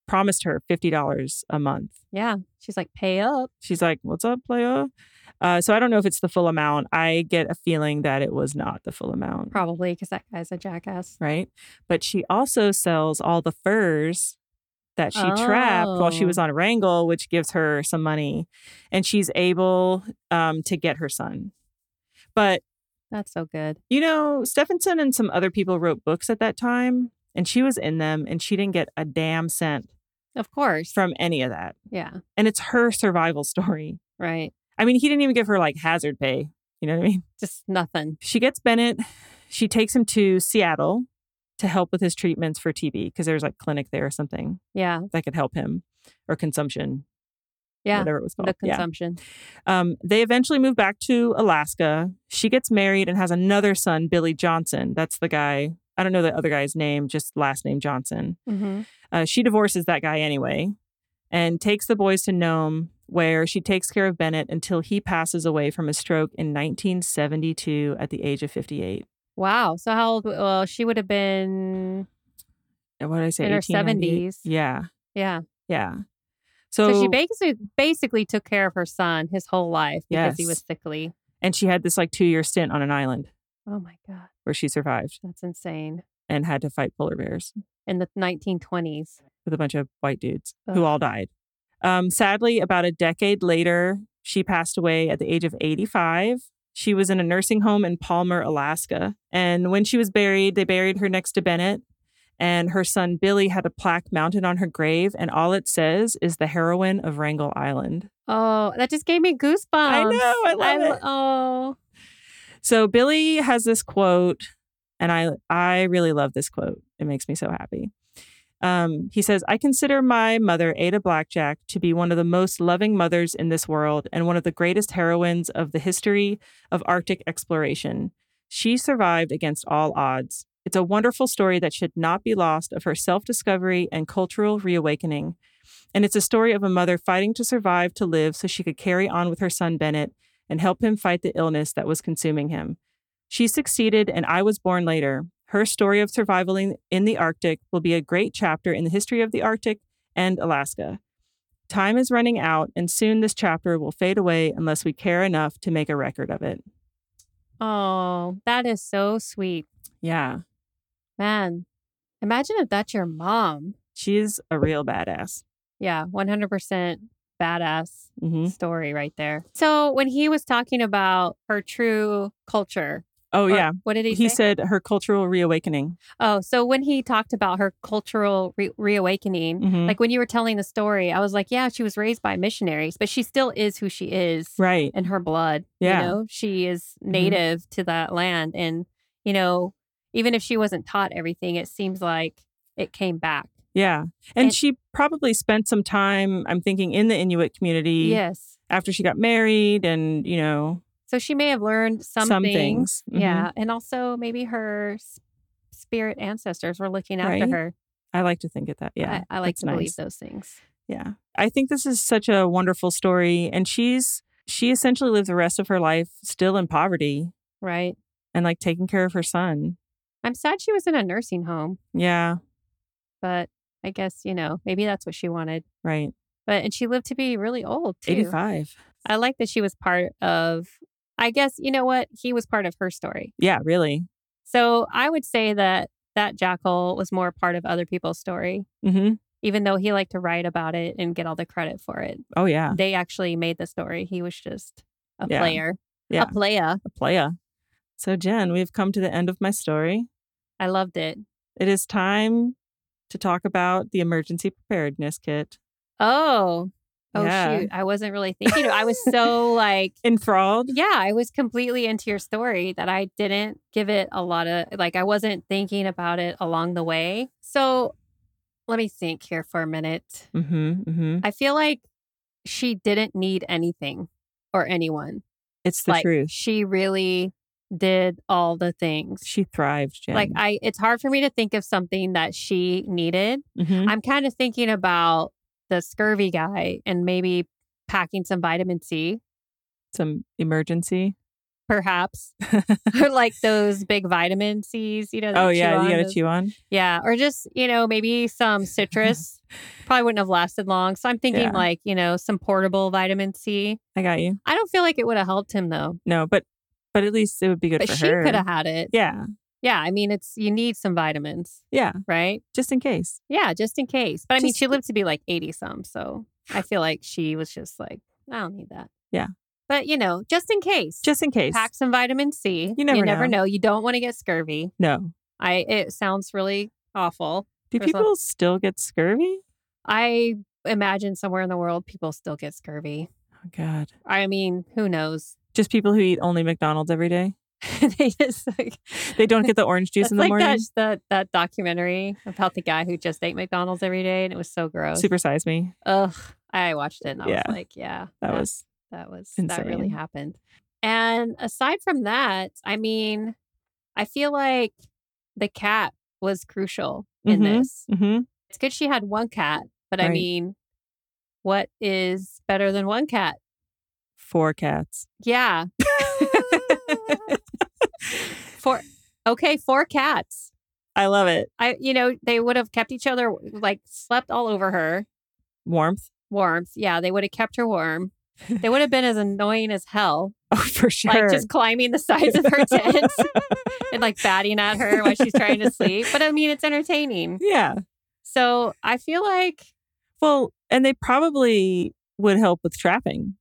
[SPEAKER 2] promised her fifty dollars a month.
[SPEAKER 1] Yeah. She's like, pay up.
[SPEAKER 2] She's like, "What's up, playa?" Uh, so I don't know if it's the full amount. I get a feeling that it was not the full amount,
[SPEAKER 1] Probably because that guy's a jackass.
[SPEAKER 2] right? But she also sells all the furs that she trapped while she
[SPEAKER 1] Oh.
[SPEAKER 2] was on Wrangle, which gives her some money, and she's able um, to get her son. But
[SPEAKER 1] That's so good.
[SPEAKER 2] you know, Stephenson and some other people wrote books at that time, and she was in them, and she didn't get a damn cent
[SPEAKER 1] Of course.
[SPEAKER 2] from any of that.
[SPEAKER 1] yeah.
[SPEAKER 2] And it's her survival [laughs] story.
[SPEAKER 1] Right.
[SPEAKER 2] I mean, he didn't even give her like hazard pay. You know what I mean?
[SPEAKER 1] Just nothing.
[SPEAKER 2] She gets Bennett. She takes him to Seattle to help with his treatments for TB because there's like clinic there or something.
[SPEAKER 1] Yeah.
[SPEAKER 2] that could help him or consumption,
[SPEAKER 1] Yeah.
[SPEAKER 2] whatever it was called.
[SPEAKER 1] The
[SPEAKER 2] yeah.
[SPEAKER 1] consumption.
[SPEAKER 2] Um, they eventually move back to Alaska. She gets married and has another son, Billy Johnson. That's the guy. I don't know the other guy's name, just last name Johnson.
[SPEAKER 1] Mm-hmm.
[SPEAKER 2] Uh, she divorces that guy anyway and takes the boys to Nome, where she takes care of Bennett until he passes away from a stroke in 1972 at the age of 58.
[SPEAKER 1] Wow. So how old? Well, she would have been.
[SPEAKER 2] And what did I say?
[SPEAKER 1] In her
[SPEAKER 2] 1898?
[SPEAKER 1] 70s.
[SPEAKER 2] Yeah.
[SPEAKER 1] Yeah.
[SPEAKER 2] Yeah.
[SPEAKER 1] So,
[SPEAKER 2] So,
[SPEAKER 1] she basically basically took care of her son his whole life because he
[SPEAKER 2] Yes.
[SPEAKER 1] was sickly.
[SPEAKER 2] and she had this like two year stint on an island
[SPEAKER 1] Oh my god,
[SPEAKER 2] where she survived
[SPEAKER 1] that's insane.
[SPEAKER 2] and had to fight polar bears
[SPEAKER 1] In the 1920s.
[SPEAKER 2] with a bunch of white dudes
[SPEAKER 1] Ugh.
[SPEAKER 2] who all died. Um, sadly, about a decade later, she passed away at the age of 85. She was in a nursing home in Palmer, Alaska. And when she was buried, they buried her next to Bennett. And her son Billy had a plaque mounted on her grave. And all it says is the heroine of Wrangell Island.
[SPEAKER 1] Oh, that just gave me goosebumps. I
[SPEAKER 2] know, I love
[SPEAKER 1] lo-
[SPEAKER 2] it.
[SPEAKER 1] Oh,
[SPEAKER 2] So Billy has this quote, and I I really love this quote. It makes me so happy. Um, he says, "I consider my mother Ada Blackjack to be one of the most loving mothers in this world and one of the greatest heroines of the history of Arctic exploration. She survived against all odds. It's a wonderful story that should not be lost of her self-discovery and cultural reawakening." And it's a story of a mother fighting to survive to live so she could carry on with her son Bennett and help him fight the illness that was consuming him. She succeeded, and I was born later. Her story of survival in, in the Arctic will be a great chapter in the history of the Arctic and Alaska. Time is running out, and soon this chapter will fade away unless we care enough to make a record of it.
[SPEAKER 1] oh, that is so sweet,
[SPEAKER 2] Yeah,
[SPEAKER 1] man. Imagine if that's your mom.
[SPEAKER 2] she's a real badass.
[SPEAKER 1] Yeah, 100% badass
[SPEAKER 2] hmm
[SPEAKER 1] story right there. So when he was talking about her true culture,
[SPEAKER 2] Oh,
[SPEAKER 1] or
[SPEAKER 2] yeah.
[SPEAKER 1] what did he,
[SPEAKER 2] He
[SPEAKER 1] say?
[SPEAKER 2] said her cultural reawakening.
[SPEAKER 1] oh, so when he talked about her cultural re- reawakening,
[SPEAKER 2] Mhm.
[SPEAKER 1] like when you were telling the story, I was like, yeah, she was raised by missionaries, but she still is who she is.
[SPEAKER 2] right.
[SPEAKER 1] in her blood.
[SPEAKER 2] Yeah. Mm-hmm.
[SPEAKER 1] You know, she is native to that land. And, you know, even if she wasn't taught everything, it seems like it came back.
[SPEAKER 2] Yeah. And,
[SPEAKER 1] And-
[SPEAKER 2] she probably spent some time, I'm thinking, in the Inuit community
[SPEAKER 1] Yes.
[SPEAKER 2] after she got married and, you know,
[SPEAKER 1] So she may have learned some,
[SPEAKER 2] some
[SPEAKER 1] things.
[SPEAKER 2] things. Mhm.
[SPEAKER 1] Yeah. And also maybe her s- spirit ancestors were looking after
[SPEAKER 2] Right.
[SPEAKER 1] her.
[SPEAKER 2] I like to think of that. Yeah.
[SPEAKER 1] I, I like
[SPEAKER 2] that's
[SPEAKER 1] to believe
[SPEAKER 2] nice.
[SPEAKER 1] those things.
[SPEAKER 2] Yeah. I think this is such a wonderful story. And she's, she essentially lived the rest of her life still in poverty
[SPEAKER 1] Right.
[SPEAKER 2] and like taking care of her son.
[SPEAKER 1] I'm sad she was in a nursing home,
[SPEAKER 2] Yeah.
[SPEAKER 1] but I guess, you know, maybe that's what she wanted.
[SPEAKER 2] Right.
[SPEAKER 1] But, and she lived to be really old too.
[SPEAKER 2] 85.
[SPEAKER 1] I like that she was part of, I guess, you know what? He was part of her story.
[SPEAKER 2] Yeah. Really.
[SPEAKER 1] So I would say that that jackal was more part of other people's story,
[SPEAKER 2] hmm
[SPEAKER 1] even though he liked to write about it and get all the credit for it.
[SPEAKER 2] Oh, yeah.
[SPEAKER 1] They actually made the story. He was just a
[SPEAKER 2] Yeah.
[SPEAKER 1] player,
[SPEAKER 2] Yeah.
[SPEAKER 1] a player.
[SPEAKER 2] A playa. So, Jen, we've come to the end of my story.
[SPEAKER 1] I loved it.
[SPEAKER 2] It is time to talk about the emergency preparedness kit.
[SPEAKER 1] Oh, oh
[SPEAKER 2] Yeah.
[SPEAKER 1] shoot! I wasn't really thinking. I was so like.
[SPEAKER 2] Enthralled.
[SPEAKER 1] Yeah, I was completely into your story that I didn't give it a lot of like I wasn't thinking about it along the way. So let me think here for a minute.
[SPEAKER 2] hmm hmm
[SPEAKER 1] I feel like she didn't need anything or anyone.
[SPEAKER 2] It's the
[SPEAKER 1] like
[SPEAKER 2] truth.
[SPEAKER 1] she really did all the things.
[SPEAKER 2] She thrived, Jen.
[SPEAKER 1] like I it's hard for me to think of something that she needed.
[SPEAKER 2] Mhm.
[SPEAKER 1] I'm kind of thinking about the scurvy guy and maybe packing some vitamin C,
[SPEAKER 2] some emergency.
[SPEAKER 1] perhaps. [laughs] or like those big vitamin C's, you know. that
[SPEAKER 2] Oh
[SPEAKER 1] you chew
[SPEAKER 2] yeah, you
[SPEAKER 1] on,
[SPEAKER 2] gotta
[SPEAKER 1] those-
[SPEAKER 2] chew on.
[SPEAKER 1] Yeah, or just you know maybe
[SPEAKER 2] [laughs]
[SPEAKER 1] some citrus probably wouldn't have lasted long. So I'm thinking
[SPEAKER 2] Yeah.
[SPEAKER 1] like you know some portable vitamin C.
[SPEAKER 2] I got you.
[SPEAKER 1] I don't feel like it would have helped him though,
[SPEAKER 2] No, but but at least it would be good
[SPEAKER 1] but
[SPEAKER 2] for
[SPEAKER 1] she
[SPEAKER 2] her.
[SPEAKER 1] could have had it.
[SPEAKER 2] Yeah,
[SPEAKER 1] Yeah, I mean it's you need some vitamins,
[SPEAKER 2] yeah,
[SPEAKER 1] right?
[SPEAKER 2] just in case.
[SPEAKER 1] Yeah, just in case. But I mean
[SPEAKER 2] Just-
[SPEAKER 1] she lived to be like 80 some, so I feel like she was just like I don't need that.
[SPEAKER 2] Yeah.
[SPEAKER 1] But you know, just in case.
[SPEAKER 2] Just in case.
[SPEAKER 1] pack some vitamin C.
[SPEAKER 2] You never know.
[SPEAKER 1] know. You don't want to get scurvy.
[SPEAKER 2] No.
[SPEAKER 1] I it sounds really awful.
[SPEAKER 2] Do
[SPEAKER 1] There's a-
[SPEAKER 2] people still get scurvy?
[SPEAKER 1] I imagine somewhere in the world people still get scurvy.
[SPEAKER 2] Oh God.
[SPEAKER 1] I mean, who knows? [laughs]
[SPEAKER 2] Just people who eat only McDonald's every day.
[SPEAKER 1] they just like
[SPEAKER 2] They don't get the orange
[SPEAKER 1] [laughs]
[SPEAKER 2] juice
[SPEAKER 1] that's
[SPEAKER 2] in the
[SPEAKER 1] like
[SPEAKER 2] morning.
[SPEAKER 1] that, that that documentary about the guy who just ate McDonald's every day and it was so gross.
[SPEAKER 2] Supersize me.
[SPEAKER 1] Ugh. I watched it and I
[SPEAKER 2] Yeah.
[SPEAKER 1] was like, yeah,
[SPEAKER 2] That was
[SPEAKER 1] that was that really
[SPEAKER 2] insane.
[SPEAKER 1] happened. And aside from that, I mean, I feel like the cat was crucial in
[SPEAKER 2] Mhm.
[SPEAKER 1] this.
[SPEAKER 2] hmm
[SPEAKER 1] It's good she had one cat, but I
[SPEAKER 2] Right.
[SPEAKER 1] mean, what is better than one cat? [laughs]
[SPEAKER 2] four cats. [laughs]
[SPEAKER 1] Yeah.
[SPEAKER 2] [laughs]
[SPEAKER 1] four. Okay, four cats.
[SPEAKER 2] I love it.
[SPEAKER 1] I, you know, they would have kept each other like slept all over her.
[SPEAKER 2] Warmth. [laughs]
[SPEAKER 1] warmth. Yeah, they would have kept her warm. They would have been as annoying as
[SPEAKER 2] [laughs]
[SPEAKER 1] hell,
[SPEAKER 2] Oh, for sure.
[SPEAKER 1] like just climbing the sides of her tent
[SPEAKER 2] [laughs]
[SPEAKER 1] and like batting at her while she's trying to sleep. But I mean, it's entertaining.
[SPEAKER 2] yeah.
[SPEAKER 1] So I feel like
[SPEAKER 2] Well, and they probably would help with trapping.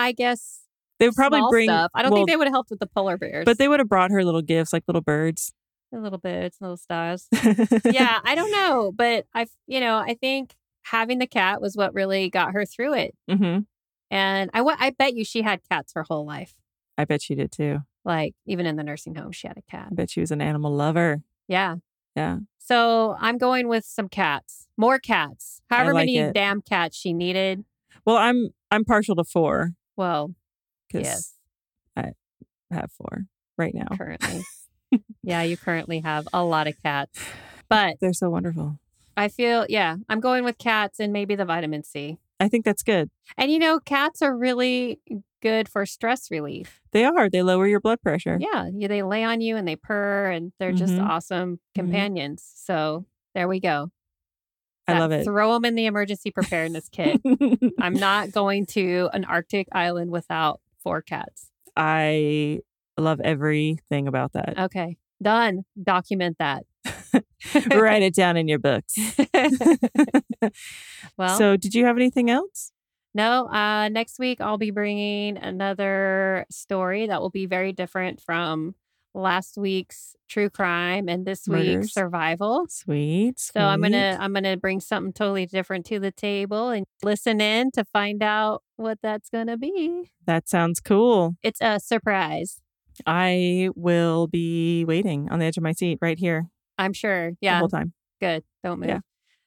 [SPEAKER 1] I guess
[SPEAKER 2] They would probably
[SPEAKER 1] small
[SPEAKER 2] bring.
[SPEAKER 1] stuff. I don't
[SPEAKER 2] well,
[SPEAKER 1] think they would have helped with the polar bears,
[SPEAKER 2] But they would have brought her little gifts, like little birds.
[SPEAKER 1] the little bits, little stars.
[SPEAKER 2] yeah. [laughs]
[SPEAKER 1] yeah, I don't know, but I, you know, I think having the cat was what really got her through it.
[SPEAKER 2] hmm
[SPEAKER 1] And I, wa- I bet you she had cats her whole life.
[SPEAKER 2] I bet she did too.
[SPEAKER 1] Like even in the nursing home, she had a cat.
[SPEAKER 2] I bet she was an animal lover.
[SPEAKER 1] Yeah.
[SPEAKER 2] Yeah.
[SPEAKER 1] So I'm going with some cats, more cats, however
[SPEAKER 2] like
[SPEAKER 1] many
[SPEAKER 2] it.
[SPEAKER 1] damn cats she needed.
[SPEAKER 2] Well, I'm I'm partial to four
[SPEAKER 1] Well,
[SPEAKER 2] because
[SPEAKER 1] Yes.
[SPEAKER 2] I have four right now. [laughs]
[SPEAKER 1] currently. yeah, you currently have a lot of cats. But
[SPEAKER 2] They're so wonderful.
[SPEAKER 1] I feel, yeah, I'm going with cats and maybe the vitamin C.
[SPEAKER 2] I think that's good.
[SPEAKER 1] And you know, cats are really good for stress relief.
[SPEAKER 2] They are. They lower your blood pressure.
[SPEAKER 1] Yeah, you- they lay on you and they purr, and they're just
[SPEAKER 2] Mhm.
[SPEAKER 1] awesome companions. So there we go.
[SPEAKER 2] I
[SPEAKER 1] That-
[SPEAKER 2] love it.
[SPEAKER 1] Throw them in the emergency preparedness kit. I'm not going to an Arctic island without four cats.
[SPEAKER 2] [laughs] I love everything
[SPEAKER 1] [laughs]
[SPEAKER 2] about that.
[SPEAKER 1] Okay, done. Document that.
[SPEAKER 2] Write it down in your books.
[SPEAKER 1] [laughs]
[SPEAKER 2] [laughs]
[SPEAKER 1] well,
[SPEAKER 2] so, did you have anything else?
[SPEAKER 1] no. Uh, next week I'll be bringing another story that will be very different from last week's true crime and this
[SPEAKER 2] Murders.
[SPEAKER 1] week's survival.
[SPEAKER 2] Sweet.
[SPEAKER 1] So I'm
[SPEAKER 2] sweet.
[SPEAKER 1] gonna I'm gonna bring something totally different to the table and listen in to find out what that's gonna be.
[SPEAKER 2] That sounds cool.
[SPEAKER 1] It's a surprise,
[SPEAKER 2] I will be waiting on the edge of my seat right here
[SPEAKER 1] I'm sure.
[SPEAKER 2] the
[SPEAKER 1] Yeah,
[SPEAKER 2] whole time.
[SPEAKER 1] good. Don't move.
[SPEAKER 2] Yeah.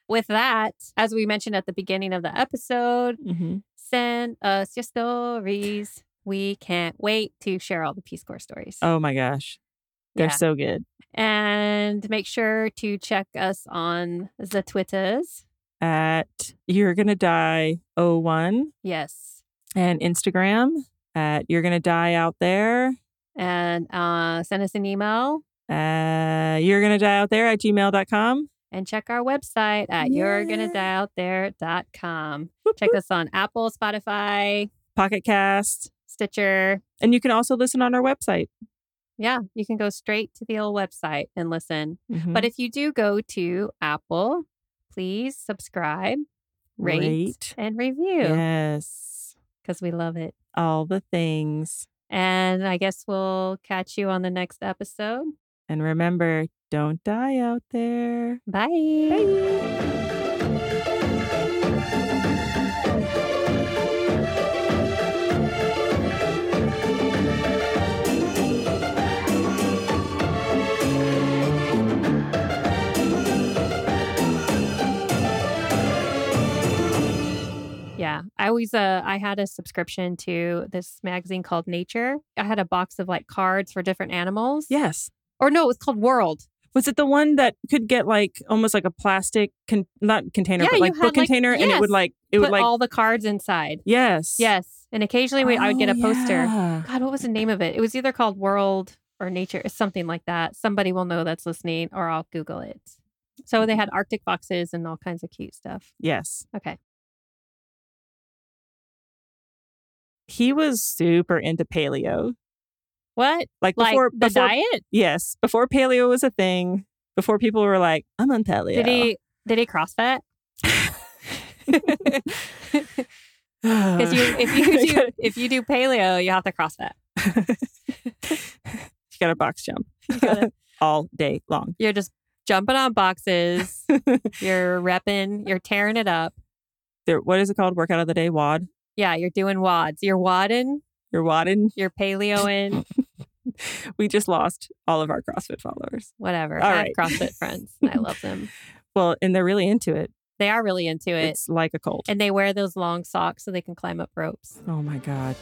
[SPEAKER 1] With that, as we mentioned at the beginning of the episode,
[SPEAKER 2] Mm-hmm.
[SPEAKER 1] send us your stories. We can't wait to share all the Peace Corps stories.
[SPEAKER 2] Oh my gosh, they're
[SPEAKER 1] Yeah.
[SPEAKER 2] so good
[SPEAKER 1] and make sure to check us on the Twitters.
[SPEAKER 2] at You're Gonna Die 01
[SPEAKER 1] Yes.
[SPEAKER 2] and Instagram at You're Gonna Die Out There.
[SPEAKER 1] And uh, send us an email
[SPEAKER 2] Uh, you're Gonna Die Out There at gmail.com.
[SPEAKER 1] and check our website at you're gonna
[SPEAKER 2] Yeah.
[SPEAKER 1] die out there.com.
[SPEAKER 2] Whoop,
[SPEAKER 1] Check
[SPEAKER 2] whoop.
[SPEAKER 1] us on Apple, Spotify,
[SPEAKER 2] Pocket Cast.
[SPEAKER 1] Stitcher.
[SPEAKER 2] And you can also listen on our website.
[SPEAKER 1] Yeah, you can go straight to the old website and listen.
[SPEAKER 2] Mhm.
[SPEAKER 1] But if you do go to Apple, please subscribe, rate,
[SPEAKER 2] Rate.
[SPEAKER 1] and review
[SPEAKER 2] Yes.
[SPEAKER 1] because we love it.
[SPEAKER 2] All the things.
[SPEAKER 1] And I guess we'll catch you on the next episode.
[SPEAKER 2] And remember, don't die out there.
[SPEAKER 1] Bye. Yeah, I always uh, I had a subscription to this magazine called Nature. I had a box of like cards for different animals.
[SPEAKER 2] Yes.
[SPEAKER 1] or no, it was called World.
[SPEAKER 2] Was it the one that could get like almost like a plastic, con- not container,
[SPEAKER 1] Yeah,
[SPEAKER 2] but
[SPEAKER 1] you
[SPEAKER 2] like
[SPEAKER 1] had,
[SPEAKER 2] book
[SPEAKER 1] like-
[SPEAKER 2] container, and it
[SPEAKER 1] yes.
[SPEAKER 2] would like it would
[SPEAKER 1] Put
[SPEAKER 2] like
[SPEAKER 1] all the cards inside.
[SPEAKER 2] yes,
[SPEAKER 1] Yes, and occasionally we, I would get a
[SPEAKER 2] Oh,
[SPEAKER 1] poster.
[SPEAKER 2] yeah.
[SPEAKER 1] God, what was the name of it? It was either called World or Nature, or something like that. Somebody will know that's listening, or I'll Google it. So
[SPEAKER 2] Mm.
[SPEAKER 1] they had Arctic boxes and all kinds of cute stuff.
[SPEAKER 2] Yes,
[SPEAKER 1] Okay.
[SPEAKER 2] he was super into paleo.
[SPEAKER 1] What?
[SPEAKER 2] Like
[SPEAKER 1] Like
[SPEAKER 2] before,
[SPEAKER 1] the
[SPEAKER 2] before
[SPEAKER 1] diet?
[SPEAKER 2] yes, before paleo was a thing. Before people were like, "I'm on paleo."
[SPEAKER 1] Did
[SPEAKER 2] [laughs]
[SPEAKER 1] he [laughs] did he CrossFit? Because
[SPEAKER 2] Uh, [sighs]
[SPEAKER 1] you
[SPEAKER 2] [laughs]
[SPEAKER 1] if you do if you do paleo, you have to CrossFit.
[SPEAKER 2] you got a box jump
[SPEAKER 1] You gotta-
[SPEAKER 2] [laughs] all day long.
[SPEAKER 1] You're just jumping on
[SPEAKER 2] [laughs]
[SPEAKER 1] boxes. You're repping. You're tearing it up.
[SPEAKER 2] There, what is it called? Workout of the day, wad.
[SPEAKER 1] Yeah, you're doing wads. You're wadding.
[SPEAKER 2] You're wadding.
[SPEAKER 1] You're paleoing.
[SPEAKER 2] we just lost all of our CrossFit followers.
[SPEAKER 1] Whatever.
[SPEAKER 2] All
[SPEAKER 1] I
[SPEAKER 2] right.
[SPEAKER 1] have CrossFit friends. I love
[SPEAKER 2] [laughs]
[SPEAKER 1] them.
[SPEAKER 2] Well, and they're really into it.
[SPEAKER 1] They are really into it.
[SPEAKER 2] It's like a cult.
[SPEAKER 1] and they wear those long socks so they can climb up ropes.
[SPEAKER 2] Oh my God.